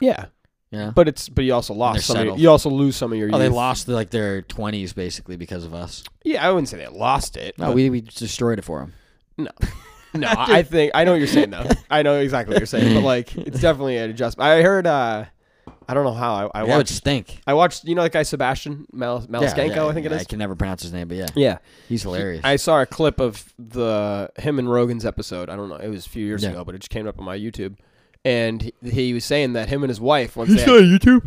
Yeah, you know but it's but you also they're lost some. Of your, settled. you also lose some of your. oh they youth. lost like their 20s basically because of us Yeah, I wouldn't say they lost it. no but- we, we destroyed it for them no. I think I know what you're saying though. I know exactly what you're saying, but like it's definitely an adjustment. I heard. uh I don't know how I, I that would watched. stink I watched. You know that guy Sebastian Mal- Malaskanko, yeah, I think it yeah, is. i can never pronounce his name but yeah yeah, he's hilarious I saw a clip of the him and Rogan's episode. I don't know. It was a few years Yeah. ago, but it just came up on my YouTube. And he, he was saying that him and his wife once they had- youtube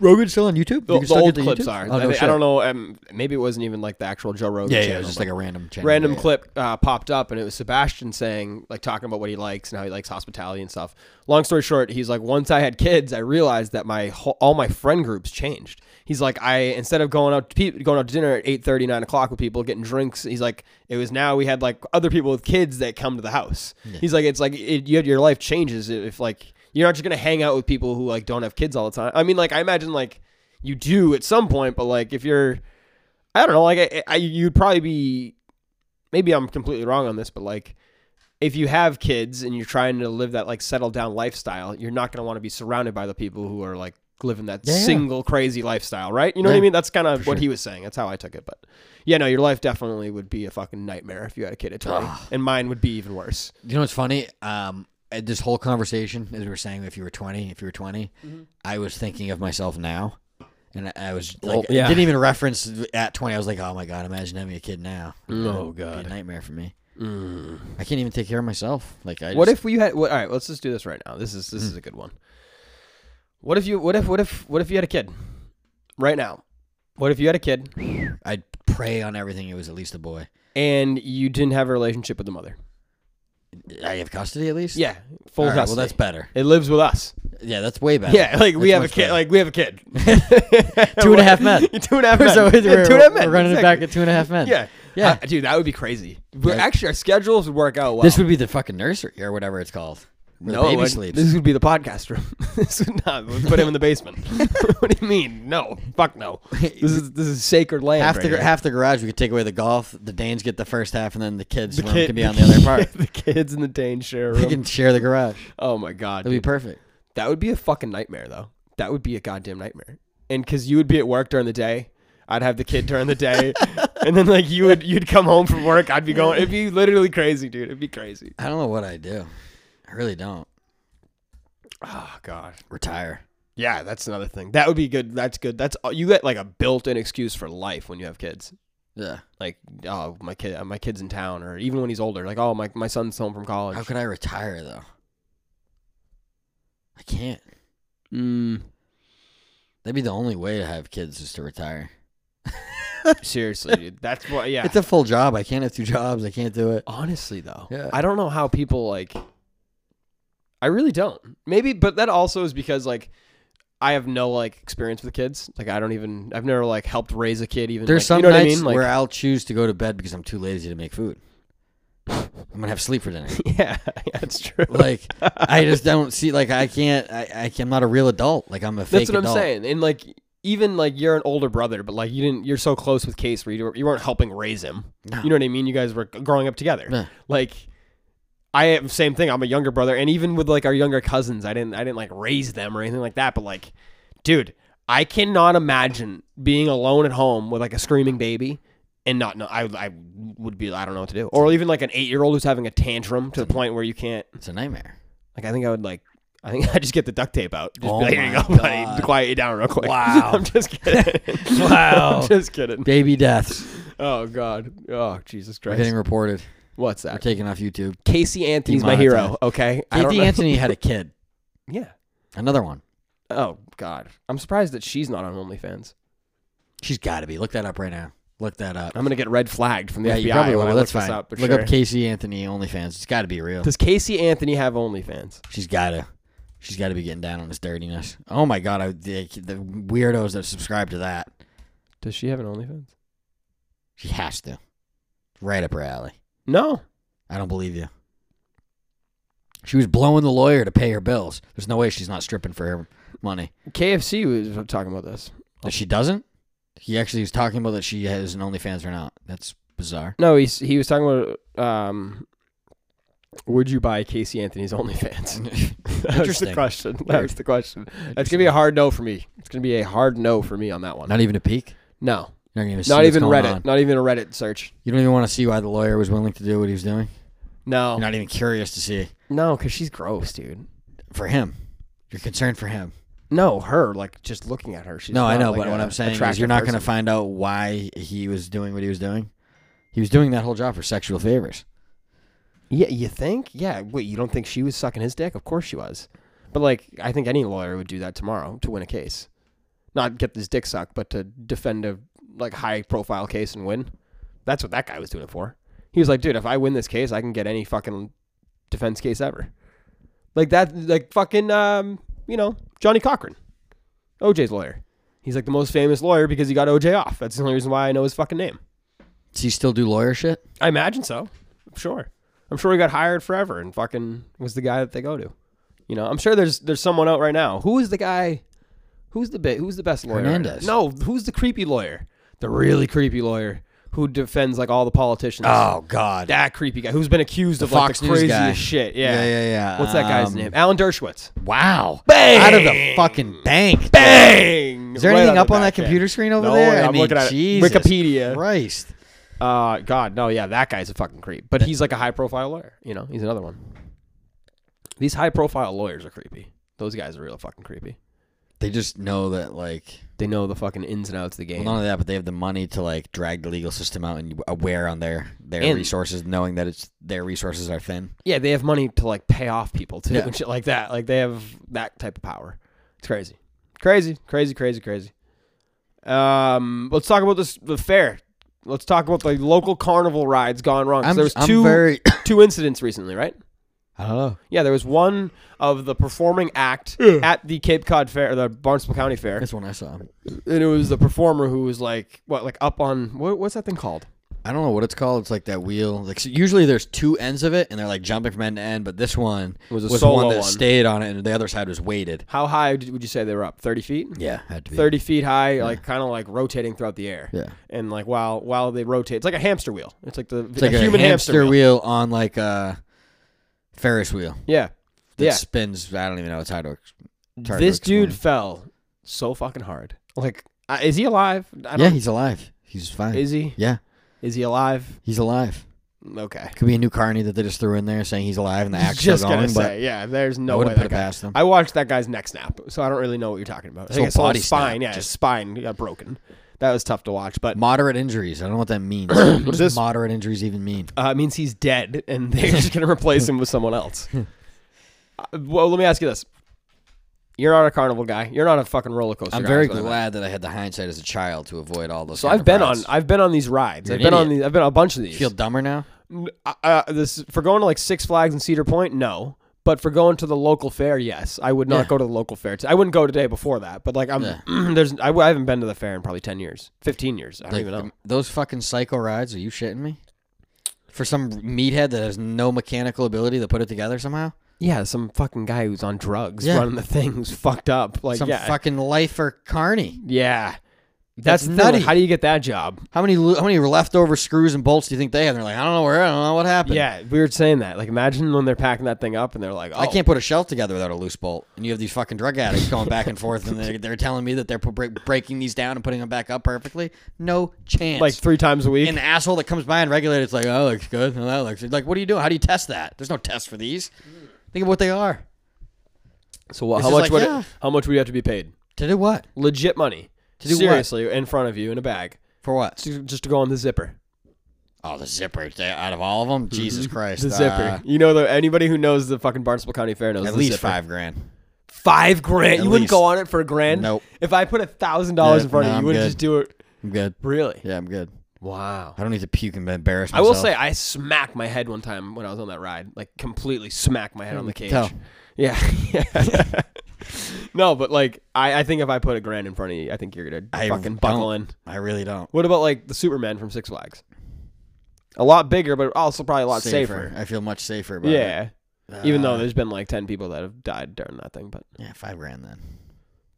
Rogan's still on YouTube? Hmm? the, the old clips are. I, Oh, no think- I shit. don't know. Um, maybe it wasn't even like the actual Joe Rogan. Yeah, channel, yeah, it was just but like a random channel. random Yeah, yeah. clip uh, popped up, and it was Sebastian saying like talking about what he likes and how he likes hospitality and stuff. Long story short, he's like, once I had kids, I realized that my whole, all my friend groups changed. He's like, I instead of going out to pe- going out to dinner at 8, 9 o'clock with people getting drinks, he's like, it was now we had like other people with kids that come to the house. He's like, it's like it, you, your life changes if like. You're not just gonna hang out with people who like don't have kids all the time. I mean, like I imagine like you do at some point, but like if you're, I don't know, like I, I you'd probably be. Maybe I'm completely wrong on this, but like if you have kids and you're trying to live that like settled down lifestyle, you're not going to want to be surrounded by the people who are like living that yeah. single crazy lifestyle, right? You know what I Yeah, mean? That's kind of what he was saying. That's how I took it. But yeah, no, your life definitely would be a fucking nightmare if you had a kid at 20. and mine would be even worse. You know what's funny? Um, at this whole conversation, as we were saying, if you were 20, if you were 20, Mm-hmm. I was thinking of myself now. And I- I was like, yeah. didn't even reference at 20. I was like, oh my God, imagine having a kid now. Oh, Mm. It'd be a nightmare for me. I can't even take care of myself. Like, I What just- if we had what, All right, let's just do this right now. This is this Mm. is a good one. What if you what if what if what if you had a kid right now? What if you had a kid I'd pray on everything it was at least a boy. and you didn't have a relationship with the mother? I have custody at least? Yeah, full All right, well, custody. that's better. It lives with us. Yeah, that's way better. Yeah, like we That's have a much kid. better. Like we have a kid. Two and a half men. two and a half men. so Yeah, we're, two and a half men. we're running it back exactly. at two and a half men. Yeah, Yeah. Uh, dude, that would be crazy. But Yeah. actually, our schedules would work out well. This would be the fucking nursery or whatever it's called. where the it baby wouldn't. sleeps. This would be the podcast room. this would not. Let's put him in the basement. what do you mean? No, fuck no. This is this is sacred land. half right the here. half the garage we could take away the golf. The Danes get the first half, and then the kids room kid- can be on the other part. the kids and the Dane share a We room. can share the garage. oh my god, It'd be dude. perfect. that would be a fucking nightmare though. That would be a goddamn nightmare. And because you would be at work during the day, I'd have the kid during the day, and then like you would you'd come home from work, I'd be going. It'd be literally crazy, dude. It'd be crazy. I don't know what I do. I really don't Oh god. retire. Yeah, that's another thing. That would be good. That's good. That's you get like a built-in excuse for life when you have kids. Yeah. Like, oh my kid, my kid's in town, or even when he's older, like, oh my my son's home from college. How could I retire though? I can't. Mm, That'd be the only way to have kids is to retire. seriously, dude. That's what. Yeah. It's a full job. I can't have two jobs. I can't do it. Honestly, though, Yeah. I don't know how people like. I really don't. Maybe, but that also is because like I have no like experience with kids. Like I don't even. I've never like helped raise a kid. Even There's like, some you know what I nights mean? Like, where I'll choose to go to bed because I'm too lazy to make food. I'm gonna have sleep for dinner. yeah, yeah, that's true. like I just don't see like I can't I, I can- I'm not a real adult like I'm a fake that's what I'm adult. saying. And like even like you're an older brother, but like you didn't. You're so close with Case where you you weren't helping raise him. No. You know what I mean? You guys were growing up together. Yeah. Like. I have same thing. I'm a younger brother, and even with like our younger cousins, I didn't I didn't like raise them or anything like that. But like, dude, I cannot imagine being alone at home with like a screaming baby and not know. I I would be I don't know what to do. Or even like an eight year old who's having a tantrum to the point where you can't. It's a nightmare. Like I think I would like. I think I just get the duct tape out. Just Oh be like, here you my go, buddy. God. Quiet you down real quick. Wow. I'm just kidding. Wow. I'm just kidding. Baby deaths Oh God. Oh Jesus are Christ. getting reported. What's They're that? taken off YouTube. Casey Anthony's my hero. Okay. I don't Katie know- Anthony had a kid. Yeah. Another one. Oh God. I'm surprised that she's not on OnlyFans. She's got to be. Look that up right now. Look that up. I'm gonna get red flagged from the yeah, FBI you probably when will. I That's look fine. this up. but look sure. up Casey Anthony OnlyFans. It's got to be real. Does Casey Anthony have OnlyFans? She's got to. She's got to be getting down on this dirtiness. Oh my god, I, the, the weirdos that subscribe to that. Does she have an OnlyFans? She has to. Right up her alley. No. I don't believe you. She was blowing the lawyer to pay her bills. There's no way she's not stripping for her money. KFC was talking about this. That she doesn't? He actually was talking about that she has an OnlyFans or not. That's bizarre. No, he's he was talking about um, would you buy Casey Anthony's OnlyFans? that was the Interesting. question. That Weird. was the question. That's gonna be a hard no for me. It's gonna be a hard no for me on that one. Not even a peek. No, You're not even, see not what's even going Reddit. on. Not even a Reddit search. You don't even want to see why the lawyer was willing to do what he was doing. No, You're not even curious to see no, because she's gross, dude. for him. You're concerned for him. No, her like just looking at her. She's no, I not, know, like, but a what I'm saying is attractive you're not going to person. find out why he was doing what he was doing. He was doing that whole job for sexual favors. Yeah, you think? Yeah. Wait, you don't think she was sucking his dick? Of course she was. But like, I think any lawyer would do that tomorrow to win a case, not get this dick sucked, but to defend a like high profile case and win. That's what that guy was doing it for. He was like, dude, if I win this case, I can get any fucking defense case ever. Like that, like fucking, um, you know, Johnny Cochran, OJ's lawyer. He's like the most famous lawyer because he got OJ off. That's the only reason why I know his fucking name. Does he still do lawyer shit? I imagine so. I'm sure. I'm sure he got hired forever and fucking was the guy that they go to. You know, I'm sure there's there's someone out right now. Who is the guy? Who's the bit? Who's the best lawyer? right now? Hernandez. No, who's the creepy lawyer? The really creepy lawyer who defends like all the politicians. Oh God. that creepy guy who's been accused of like Fox the News craziest guy. shit. Yeah. Yeah, yeah, yeah. What's that guy's Um, name? Alan Dershowitz. wow. Bang! Out of the fucking bank. Bang! Is there anything up on that computer screen over No, there? I'm I mean, looking at it. Jesus Wikipedia. Christ. Uh, God, no, yeah, that guy's a fucking creep. But he's like a high profile lawyer. You know, he's another one. These high profile lawyers are creepy. Those guys are real fucking creepy. They just know that like They know the fucking ins and outs of the game. Well, not only that, but they have the money to like drag the legal system out and aware on their their And- resources, knowing that it's their resources are thin. yeah, they have money to like pay off people too Yeah. and shit like that. Like they have that type of power. It's crazy, crazy, crazy, crazy, crazy. Um, let's talk about this the fair. Let's talk about the local carnival rides gone wrong. 'Cause I'm, there was I'm two very. two incidents recently, right? I don't know. Yeah, there was one of the performing act at the Cape Cod Fair, the Barnstable County Fair, That's one I saw. and it was the performer who was like, what, like up on what, what's that thing called? I don't know what it's called. It's like that wheel. Like so usually there's two ends of it, and they're like jumping from end to end. But this one was a one solo that one. stayed on it, and the other side was weighted. How high did, would you say they were up? Thirty feet. Yeah, had to be. Thirty feet high, like kind of like rotating throughout the air. Yeah. And like while while they rotate, it's like a hamster wheel. It's like the It's like a, human hamster, wheel. wheel on like a Ferris wheel Yeah. that yeah. spins. I don't even know. It's hard to. ex- it's hard to This dude explain. fell so fucking hard. Like, I- is he alive? I Yeah, don't, he's alive. He's fine. Is he? yeah, Is he alive? he's alive. Okay. Could be a new carney that they just threw in there saying he's alive and the act's still Just going. gonna But say, yeah. There's I no way wouldn't put that it guy past them. I watched that guy's neck snap, so I don't really know what you're talking about. I think whole I saw body his spine. snap, Yeah, his spine got broken. That was tough to watch, but moderate injuries. I don't know what that means. what does This- moderate injuries even mean? uh, it means he's dead, and they're just gonna replace him with someone else. Uh, well, let me ask you this: You're not a carnival guy. You're not a fucking roller coaster. I'm guy, very is what I meant. glad that I had the hindsight as a child to avoid all those. So kind I've of been rides. on. I've been on these rides. You're I've an been on idiot. these. I've been on a bunch of these. feel dumber now. N- uh, uh, this for going to like Six Flags and Cedar Point, no. But for going to the local fair, yes, I would not Yeah. go to the local fair. I wouldn't go today before that. But like I'm, there's I, I haven't been to the fair in probably ten years, fifteen years. I don't Like, um, even know. Those fucking psycho rides. Are you shitting me? For some meathead that has no mechanical ability to put it together somehow. Yeah, some fucking guy who's on drugs Yeah. running the thing who's fucked up. Like Some yeah, fucking lifer carney. yeah. That's, That's the thing, like, nutty. How do you get that job? How many lo- how many leftover screws and bolts do you think they have? They're like, I don't know where. I don't know what happened. Yeah, we were saying that. Like, imagine when they're packing that thing up and they're like, oh, I can't put a shelf together without a loose bolt. And you have these fucking drug addicts going back and forth, and they're, they're telling me that they're bre- breaking these down and putting them back up perfectly. No chance. like three times a week. an asshole that comes by and regulates, it's like, oh, looks good. Oh, that looks good. Like, what do you do? How do you test that? There's no test for these. Think of what they are. so what, how It's just much like, would it- yeah. how much would you have to be paid? To do what? Legit money. To do what? Seriously, in front of you in a bag. For what? to- just to go on the zipper. Oh, the zipper. They- Out of all of them, Jesus Christ. The uh, zipper. You know, the, anybody who knows the fucking Barnstable County Fair knows at the least zipper. five grand. Five grand. At you wouldn't go least. on it for a grand. Nope. If I put a thousand dollars in Yeah, front no, of you, I'm you would good. just do it. I'm good. Really? Yeah, I'm good. Wow. I don't need to puke and embarrass I myself. will say, I smacked my head one time when I was on that ride. Like completely smacked my head on the cage. Mm, tell. Yeah. no, but like, I, I think if I put a grand in front of you, I think you're gonna I fucking don't- buckle in. I really don't. What about like the Superman from Six Flags? A lot bigger, but also probably a lot safer. I feel much safer about it. Yeah. Even though Uh, there's been like 10 people that have died during that thing, but Yeah, five grand then.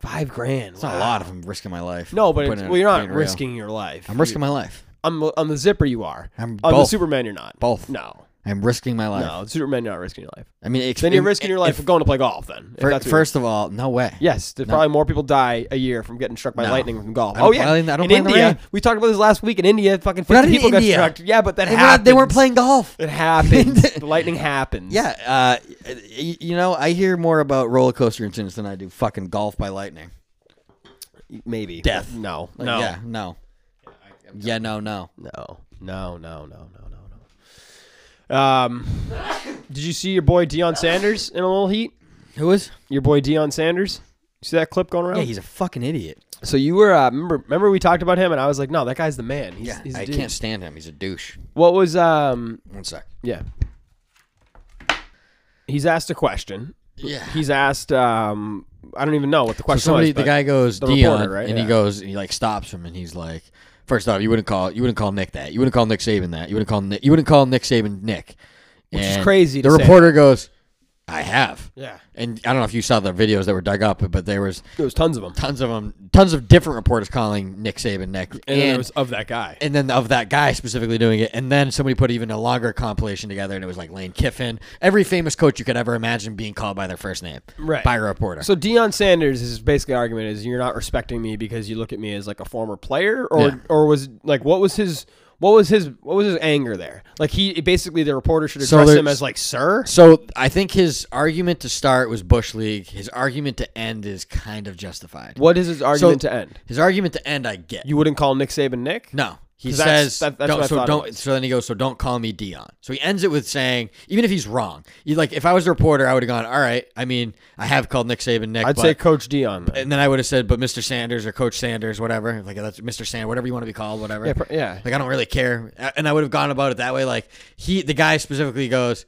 five grand. It's not a lot if I'm risking my life. Ah. No, but Putting it's, it- well, you're putting not it real. risking your life. I'm risking my life. on, the, on the zipper, you are. I'm on the both. Superman, you're not. Both. No. I'm risking my life. No, the Superman, you're not risking your life. I mean, ex- Then you're risking your life if- for going to play golf, then. if fir- that's what you're- first of all, no way. Yes, there's probably more people die a year from getting struck by No. lightning from golf. I don't Oh yeah, blame- I don't in blame the India, rain. we talked about this last week. In India, fucking We're not 50 in people India. got struck. Yeah, but that they, were happens. not- they weren't playing golf. It happens. the lightning happens. Yeah, uh, y- y- you know, I hear more about roller coaster incidents than I do fucking golf by lightning. maybe Death. No, Like, no, Yeah, no. Yeah, no, no. No, no, no, no, no, no, no. Um, did you see your boy Deion Sanders in a little heat? Who is? Your boy Deion Sanders. You see that clip going around? Yeah, he's a fucking idiot. so you were uh, remember remember we talked about him, and I was like, no, that guy's the man. He's, Yeah, he's the I dude. can't stand him. He's a douche. What was um? One sec. Yeah. He's asked a question. Yeah. He's asked um. I don't even know what the question somebody, was. the but- guy goes the Dion, reporter, right? and Yeah. he goes, he like stops him, and he's like, first off, you wouldn't call, you wouldn't call Nick that, you wouldn't call Nick Saban that, you wouldn't call Nick, you wouldn't call Nick Saban Nick, which is crazy to The say. reporter goes, I have. Yeah. And I don't know if you saw the videos that were dug up, but there was There was tons of them. tons of them, tons of different reporters calling Nick Saban Nick, and And, then and, there was of that guy. then of that guy specifically doing it, and then somebody put even a longer compilation together, and it was like Lane Kiffin, every famous coach you could ever imagine being called by their first name, Right. by a reporter. So Deion Sanders' is basically argument is you're not respecting me because you look at me as like a former player, or Yeah. or was like what was his what was his what was his anger there? Like he basically the reporter should So address him there's- as like sir. So I think his argument to start was Bush League. His argument to end is kind of justified. What is his argument to end? His argument to end, I get. You wouldn't call Nick Saban Nick? no, he 'Cause that's- says that- that's don't, what I so. thought it Don't was. so then he goes so don't call me Dion. So he ends it with saying even if he's wrong, you like if I was a reporter, I would have gone all right. I mean, I have called Nick Saban Nick. I'd but, say Coach Dion. then. and then I would have said, but Mr. Sanders or Coach Sanders, whatever, like that's Mr. Sand, whatever you want to be called, whatever. Yeah, pr- yeah. Like I don't really care, and I would have gone about it that way. Like he, the guy specifically goes,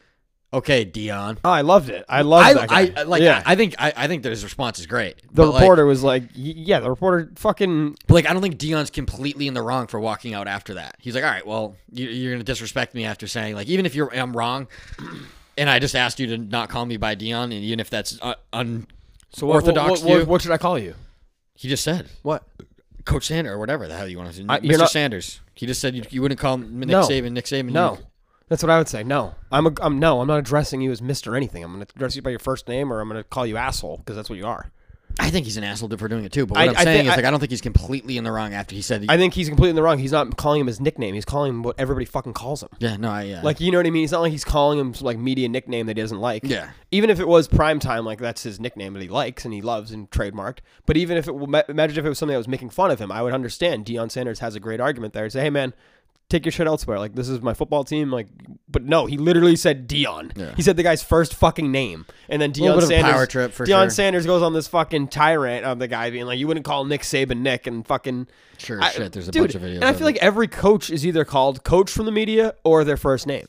okay, Dion. Oh, I loved it. I loved that guy. I, I like. yeah. I, I think I, I think that his response is great. the But, like- reporter was like, y- yeah, the reporter fucking but, like, I don't think Dion's completely in the wrong for walking out after that. He's like, all right, well, you, you're gonna disrespect me after saying like, even if you're I'm wrong, and I just asked you to not call me by Dion, and even if that's uh, un. So orthodox What, what, to you, what should I call you? he just said What? Coach Sanders or whatever the hell you want to say, I- you're Mr. not- Sanders. He just said you, you wouldn't call him Nick No. Saban, Nick Saban. No. You- That's what I would say. No, I'm a, I'm no, I'm not addressing you as Mister anything. I'm going to address you by your first name, or I'm going to call you asshole because that's what you are. I think he's an asshole for doing it too. But what I- I, am I thi- saying is I- like I don't think he's completely in the wrong after he said. I think he's completely in the wrong. He's not calling him his nickname. He's calling him what everybody fucking calls him. yeah, no, I, uh, yeah, Like you know what I mean? It's not like he's calling him some, like media nickname that he doesn't like. Yeah. Even if it was prime time, like that's his nickname that he likes and he loves and trademarked. But even if it ma- imagine if it was something that was making fun of him, I would understand. Deion Sanders has a great argument there. Say, hey man, take your shit elsewhere. Like this is my football team. Like, but no, he literally said Dion. He said the guy's first fucking name, and then Little Deion bit of a Sanders. power trip for Deion sure. Sanders goes on this fucking tyrant of the guy being like, you wouldn't call Nick Saban Nick and fucking. sure as I- shit. There's a dude, bunch of videos. And I of feel it. like every coach is either called coach from the media or their first name.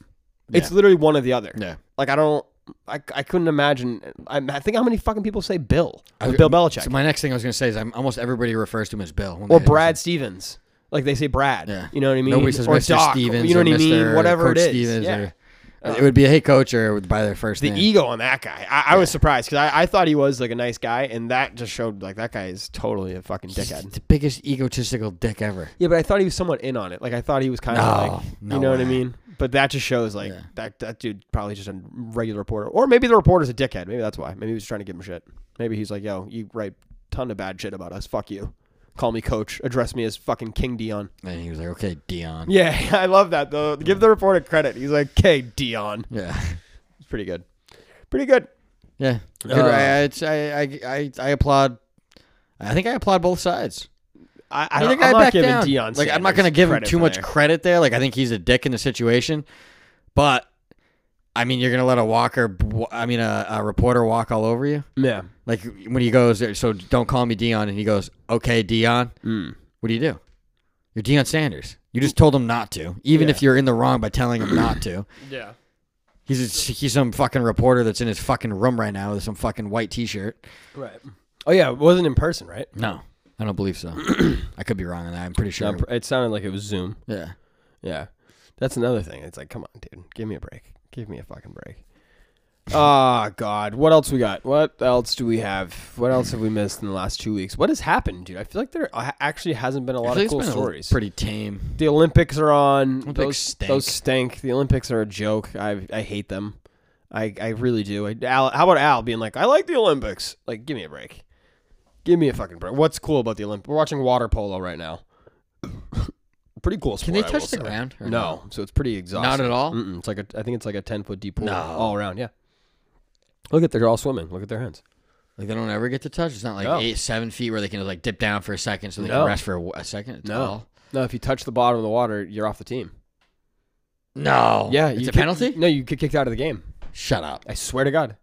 It's literally one or the other. Yeah. Like I don't. I, I couldn't imagine. I, I think how many fucking people say Bill, I- Bill Belichick, So my next thing I was going to say is I'm, almost everybody refers to him as Bill. when or they- Brad Stevens. Like they say Brad. Yeah. You know what I mean? Nobody says or Mr. Doc, Stevens. You know or what I mean? Mr. Whatever Coach it is. Stevens yeah. or- it would be a hey coach or by their first the name. ego on that guy. I, I was surprised because I, I thought he was like a nice guy, and that just showed like that guy is totally a fucking He's dickhead. the biggest egotistical dick ever. Yeah, but I thought he was somewhat in on it. Like I thought he was kind of No, like, no you know what I way. mean? But that just shows like Yeah. that that dude probably just a regular reporter, or maybe the reporter's a dickhead. Maybe that's why. Maybe he was trying to give him shit. Maybe he's like, yo, you write ton of bad shit about us. Fuck you. Call me coach. Address me as fucking King Dion. And he was like, okay, Dion. Yeah, I love that though. Give the reporter credit. He's like, "K Dion." Yeah. It's pretty good. Pretty good. Yeah. Good, Uh, I, it's- I, I, I, I applaud. I think I applaud both sides. I, I I, don't, think I'm I not back giving down. Dion. like I'm not going to give him too much credit there. Like I think he's a dick in the situation, but I mean, you're going to let a walker, b- I mean, a, a reporter walk all over you. yeah. Like when he goes, so don't call me Dion, and he goes, okay, Dion. Mm. What do you do? You're Dion Sanders. You just told him not to, even if you're in the wrong by telling him not to. Yeah. He's a, he's some fucking reporter that's in his fucking room right now with some fucking white T-shirt. Right. Oh yeah, it wasn't in person, right? No, I don't believe so. I could be wrong on that. I'm pretty sure. No, it sounded like it was Zoom. yeah. Yeah. That's another thing. It's like, come on, dude. Give me a break. Give me a fucking break. Ah, God. What else we got? What else do we have? What else have we missed in the last two weeks? What has happened, dude? I feel like there a- actually hasn't been a I lot of think it's cool been a stories. Pretty tame. the Olympics are on. Olympics those, stink. those stink. The Olympics are a joke. I I hate them. I, I really do. I, Al, how about Al being like, I like the Olympics? Like, give me a break. Give me a fucking break. What's cool about the Olympics? We're watching water polo right now. Pretty cool. Can Sport, they I will touch the say. ground? or No, so it's Mm. pretty exhausting. Not at all? Mm-mm. It's like a, I think it's like a ten foot deep pool No. all around. Yeah. Look at they're all swimming. Look at their hands. Like they don't ever get to touch. It's not like No. eight, seven feet where they can like dip down for a second so they No. can rest for a, a second. It's all- no. If you touch the bottom of the water, you're off the team. No. Yeah, Oh. It's you a kick- penalty. No, you get kicked out of the game. Shut up. I swear to God,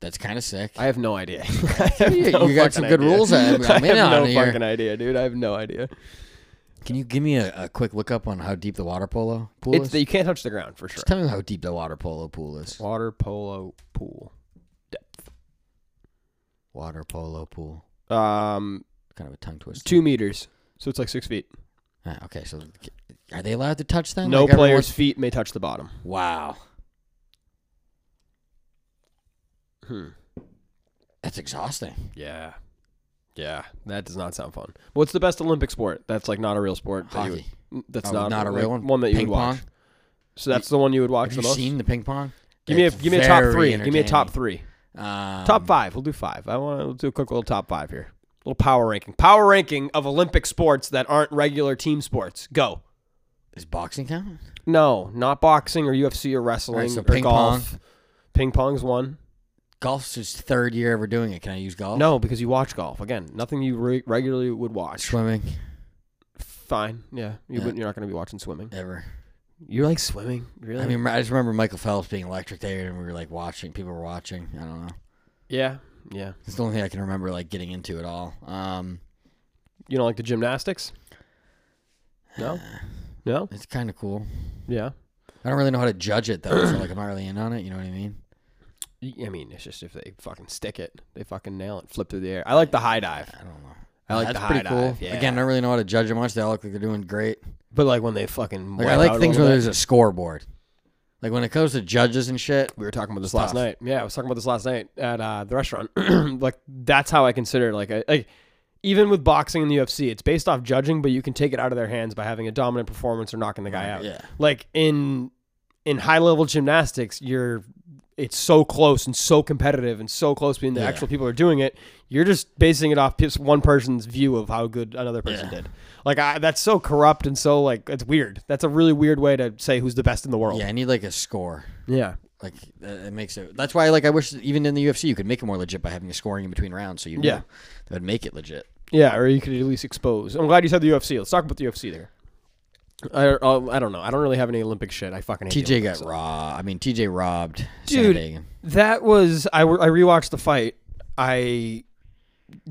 That's kind of sick. I have no idea. I have You- no you got some fucking good idea. rules I- I I have made on no here. fucking idea, dude. I have no idea. Can you give me a, a quick look up on how deep the water polo pool It's is? you can't touch the ground for sure. Just tell me how deep the water polo pool is. Water polo pool depth. Water polo pool. Um, Kind of a tongue twister. two meters. So it's like six feet. Ah, okay, so are they allowed to touch them? No Like everyone- player's feet may touch the bottom. Wow. Hmm. That's exhausting. Yeah. Yeah, that does not sound fun. What's the best Olympic sport? That's like not a real sport. that you would- Hockey. that's Oh, not, not a like, real one? One that you Ping would watch. pong? So that's the one you would watch Have the you most. seen the ping pong? give me a It's give me a top very three. Give me a top entertaining. three. Um, Top five. We'll do five. I want to do a quick little top five here. Little power ranking. Power ranking of Olympic sports that aren't regular team sports. Go. is boxing count? No, not boxing or UFC or wrestling so or ping golf. Ping pong's one. Golf's his third year ever doing it. Can I use golf? No, because you watch golf again. Nothing you re- regularly would watch. Swimming Fine. Yeah, you Yeah. wouldn't. You're not going to be watching swimming. ever. You like swimming? Really? I mean, I just remember Michael Phelps being electric there, and we were like watching. People were watching. I don't know. yeah, yeah. It's the only thing I can remember like getting into at all. Um, You don't like the gymnastics? No. No. it's kind of cool. Yeah. I don't really know how to judge it though. so like, I'm not really in on it. You know what I mean? Y- I mean, it's just if they fucking stick it, they fucking nail it, flip through the air. I like the high dive. I don't know. I like That's the high pretty cool. dive. Yeah. Again, I don't really know how to judge it much. They all look like they're doing great. but like when they fucking. Like I wipe out like a things little where bit. there's a scoreboard. Like when it comes to judges and shit, We were talking about this last tough. night. Yeah, I was talking about this last night at uh, the restaurant. like that's how I consider like I, like even with boxing and the UFC, it's based off judging, but you can take it out of their hands by having a dominant performance or knocking the guy out. yeah. Like in in high level gymnastics, you're it's so close and so competitive and so close between the Yeah. actual people who are doing it. You're just basing it off just one person's view of how good another person Yeah. did. Like I, that's so corrupt and so like it's weird. That's a really weird way to say who's the best in the world. yeah, I need like a score. yeah. Like uh, it makes it. That's why, like, I wish that even in the UFC you could make it more legit by having a scoring in between rounds, so you Yeah. know that would make it legit. Yeah, or you could at least expose. I'm glad you said the UFC. Let's talk about the UFC there. I, I'll- I don't know. I don't really have any Olympic shit. I fucking hate the TJ got robbed. I mean, TJ robbed. Dude. Sandhagen. That was I, w- I rewatched the fight. I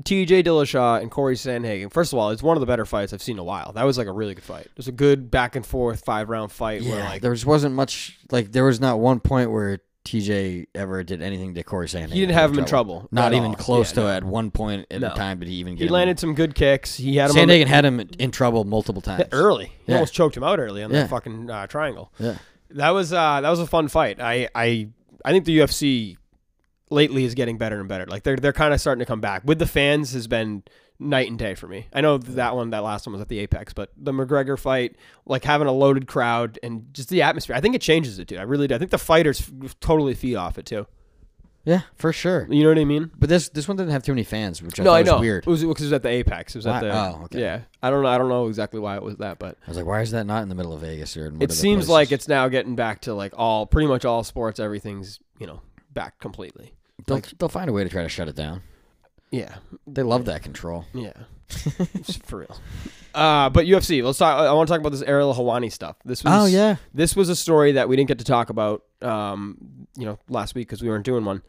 TJ Dillashaw and Corey Sandhagen. First of all, it's one of the better fights I've seen in a while. That was like a really good fight. It was a good back and forth five round fight where Yeah, like there just wasn't much. Like there was not one point where TJ ever did anything to Corey Sandhagen. he didn't have him in trouble. Not at even all. close Yeah, to no. at one point at No. the time did he even get. He him- landed some good kicks. He had him on the- Sandhagen had him in trouble multiple times. early. He Yeah. almost choked him out early on Yeah. that fucking uh, triangle. Yeah. That was uh, that was a fun fight. I, I I think the UFC lately is getting better and better. Like they're they're kind of starting to come back. With the fans has been night and day for me. I know that one that last one was at the Apex, but the McGregor fight, like having a loaded crowd and just the atmosphere. I think it changes it, dude. I really do. I think the fighters f- totally feed off it too. Yeah, for sure. You know what I mean? But this this one didn't have too many fans, which I no, thought I know. was weird. It was because it was at the Apex. It was Why- at the oh, okay. Yeah. I don't know. I don't know exactly why it was that, but I was like, why is that not in the middle of Vegas or? In one it of the seems places? like it's now getting back to like all pretty much all sports everything's you know back completely they'll, they'll find a way to try to shut it down. yeah They love that control. yeah It's for real uh but ufc let's talk i want to talk about this ariel hawani stuff this was Oh, yeah. this was a story that we didn't get to talk about um you know last week because we weren't doing one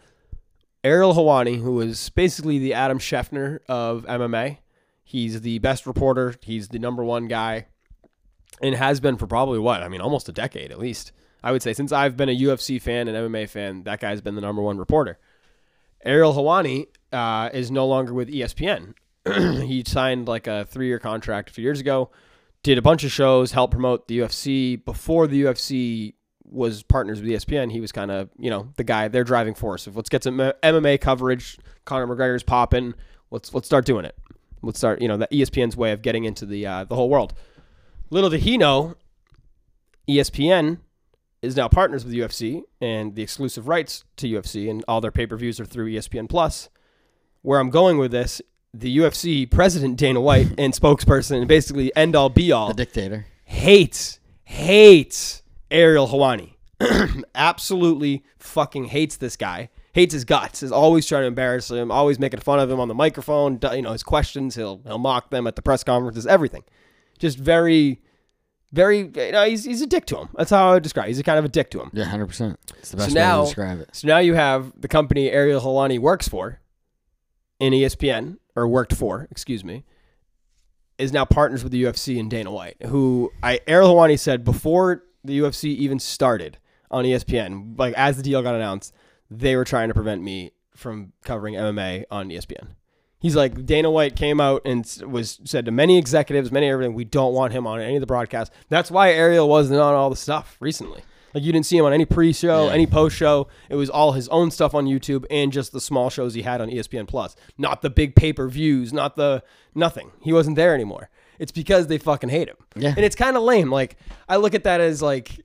ariel hawani who is basically the adam scheffner of mma he's the best reporter he's the number one guy and has been for probably what I mean, almost a decade at least. I would say since I've been a UFC fan and MMA fan, that guy's been the number one reporter. Ariel Hawani uh, is no longer with ESPN. he signed like a three-year contract a few years ago. Did a bunch of shows, helped promote the UFC. Before the UFC was partners with E ESPN, he was kind of you know the guy, their driving force of let's get some MMA coverage. Conor McGregor's popping. Let's let's start doing it. Let's start you know E the ESPN's way of getting into the uh, the whole world. Little did he know, E ESPN is now partners with UFC, and the exclusive rights to UFC and all their pay per views are through E ESPN Plus. Where I'm going with this, the UFC president Dana White and spokesperson, and basically end all be all, The dictator. hates hates Ariel Hawani. Absolutely fucking hates this guy. Hates his guts. Is always trying to embarrass him. Always making fun of him on the microphone. d- You know his questions. He'll he'll mock them at the press conferences. Everything. Just very, very. You know, he's he's a dick to him. That's how I would describe. It. He's a kind of a dick to him. Yeah, hundred percent. It's the best way now- to describe it. So now you have the company Ariel Helwani works for in E ESPN, or worked for, excuse me, is now partners with the UFC and Dana White, who I Ariel Helwani said before the UFC even started on E ESPN, like as the deal got announced, they were trying to prevent me from covering MMA on E ESPN. He's like Dana White came out and s- was said to many executives, many everything, we don't want him on any of the broadcasts. That's why Ariel wasn't on all the stuff recently. Like you didn't see him on any pre-show, Yeah. any post-show. It was all his own stuff on YouTube and just the small shows he had on E ESPN Plus. Not the big pay-per-views, not the nothing. He wasn't there anymore. It's because they fucking hate him. Yeah. And it's kind of lame. Like I look at that as like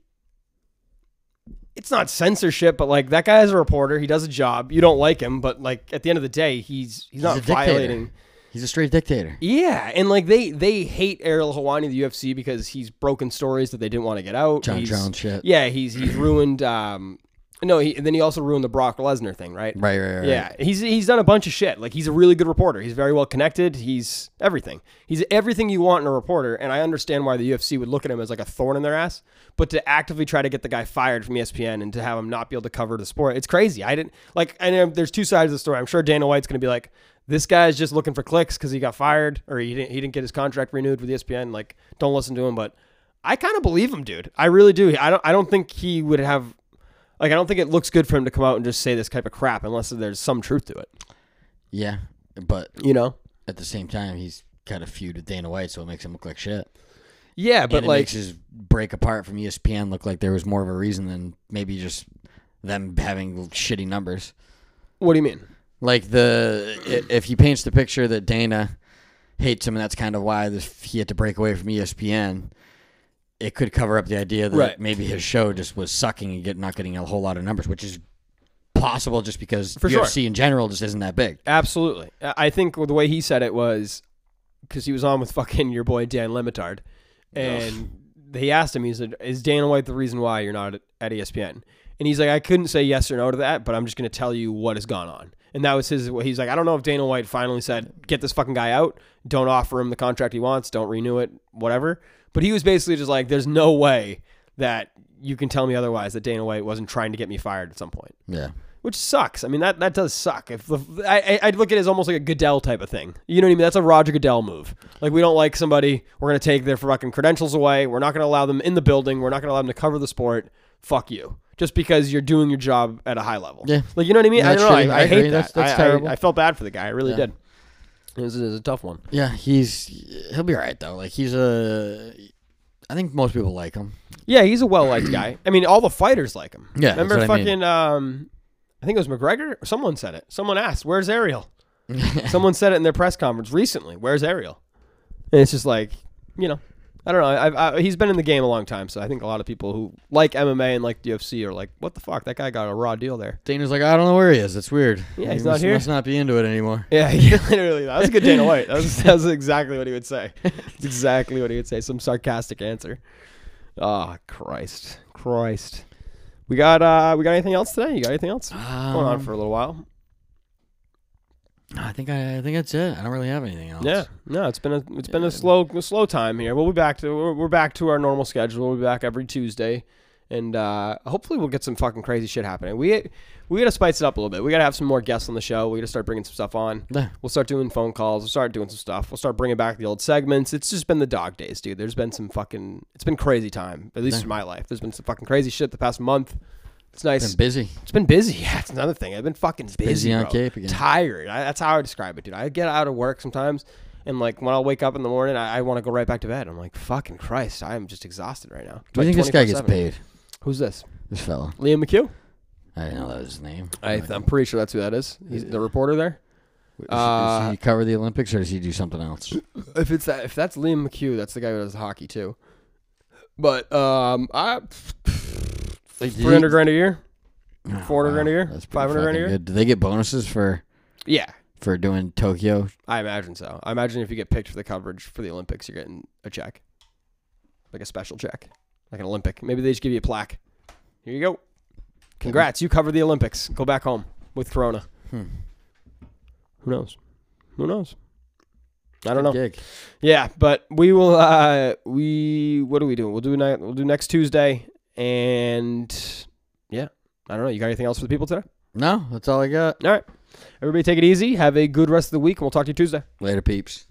it's not censorship, but like that guy is a reporter. He does a job. You don't like him, but like at the end of the day, he's he's, not a dictator. violating. He's a straight dictator. Yeah, and like they they hate Ariel Hawani the UFC because he's broken stories that they didn't want to get out. John He's- Jones shit. Yeah, he's he's ruined. Um, no, he, and then he also ruined the Brock Lesnar thing, right? Right, right, right. Yeah, he's he's done a bunch of shit. Like he's a really good reporter. He's very well connected. He's everything. He's everything you want in a reporter. And I understand why the UFC would look at him as like a thorn in their ass. But to actively try to get the guy fired from E ESPN and to have him not be able to cover the sport, it's crazy. I didn't like. I know there's two sides of the story. I'm sure Dana White's going to be like, this guy's just looking for clicks because he got fired or he didn't he didn't get his contract renewed with E ESPN. Like, don't listen to him. But I kind of believe him, dude. I really do. I don't. I don't think he would have. Like, I don't think it looks good for him to come out and just say this type of crap unless there's some truth to it. Yeah, but You know? at the same time, he's got a feud with Dana White, so it makes him look like shit. Yeah, But but and it like, makes his break apart from E ESPN look like there was more of a reason than maybe just them having shitty numbers. what do you mean? Like the i- if he paints the picture that Dana hates him, and that's kind of why this, he had to break away from E ESPN. It could cover up the idea that Right. maybe his show just was sucking and get, not getting a whole lot of numbers, which is possible just because For sure. UFC in general just isn't that big. Absolutely. I I think the way he said it was because he was on with fucking your boy Dan Lemitard, and they asked him, he said, "Is Dana White the reason why you're not at, at E ESPN?" And he's like, "I couldn't say yes or no to that, but I'm just going to tell you what has gone on." And that was his. He's like, "I don't know if Dana White finally said, get this fucking guy out, don't offer him the contract he wants, don't renew it, whatever." But he was basically just like, "There's no way that." You can tell me otherwise that Dana White wasn't trying to get me fired at some point Yeah. which sucks. I mean, that that does suck. If the, I I- I'd look at it as almost like a Goodell type of thing. You know what I mean? That's a Roger Goodell move. Like we don't like somebody, we're gonna take their fucking credentials away. We're not gonna allow them in the building. We're not gonna allow them to cover the sport. Fuck you. Just because you're doing your job at a high level. Yeah. Like you know what I mean? No, I that's don't know. I, shitty. I, I hate agree. that. That's- that's I- I- terrible. I, felt bad for the guy. I really Yeah. did. It was, it was a tough one. Yeah, he's he'll be all right though. Like he's a, I think most people like him. Yeah, he's a well liked guy. I mean, all the fighters like him. Yeah, that's Remember what I mean. fucking um I think it was McGregor. Someone said it. Someone asked, Where's Ariel? Someone said it in their press conference recently. Where's Ariel? And it's just like, you know, I don't know. I've, I, he's been in the game a long time, so I think a lot of people who like MMA and like the UFC are like, what the fuck? That guy got a raw deal there. Dana's like, I don't know where he is. It's weird. Yeah, He he's not must, here. Must not be into it anymore. Yeah, he literally. That was a good Dana White. That was, that was exactly what he would say. That's exactly what he would say. Some sarcastic answer. Ah, Christ, Christ. We got uh, we got anything else today? You got anything else going on Um, for a little while? I think I, I think that's it. I don't really have anything else. Yeah, no, it's been a it's been a slow a slow time here. We'll be back to we're, we're back to our normal schedule. We'll be back every Tuesday, and uh, hopefully we'll get some fucking crazy shit happening. We we gotta spice it up a little bit. We gotta have some more guests on the show. We gotta start bringing some stuff on. Yeah. We'll start doing phone calls. We'll start doing some stuff. We'll start bringing back the old segments. It's just been the dog days, dude. There's been some fucking. It's been crazy time, at least in my life. There's been some fucking crazy shit the past month. It's nice. Been busy. It's been busy. Yeah, it's another thing. I've been fucking busy. busy on bro. Cape again. Tired. I, that's how I describe it, dude. I get out of work sometimes, and like when I wake up in the morning, I, I want to go right back to bed. I'm like, fucking Christ, I am just exhausted right now. Do you Like think this guy gets 24/7. paid? Who's this? This fella. Liam McHugh. I didn't know that was his name. I, Like, I'm pretty sure that's who that is. He's the reporter there. does, uh, does he cover the Olympics or does he do something else? If it's that, if that's Liam McHugh, that's the guy who does hockey too. But um, I Like, did he- three hundred grand a year. Oh, 400 grand a year? That's pretty 500 grand a fucking year? Good. Do they get bonuses for Yeah, for doing Tokyo? I imagine so. I imagine if you get picked for the coverage for the Olympics, you're getting a check, like a special check, like an Olympic. Maybe they just give you a plaque. Here you go. Congrats, you covered the Olympics. Go back home with Corona. Hmm. Who knows? Who knows? I don't know. Gig. Yeah, but we will. uh We what are we doing? We'll do night. We'll do next Tuesday, and yeah, I don't know. You got anything else for the people today? No, that's all I got. All right, everybody, take it easy. Have a good rest of the week, and we'll talk to you Tuesday. Later, peeps.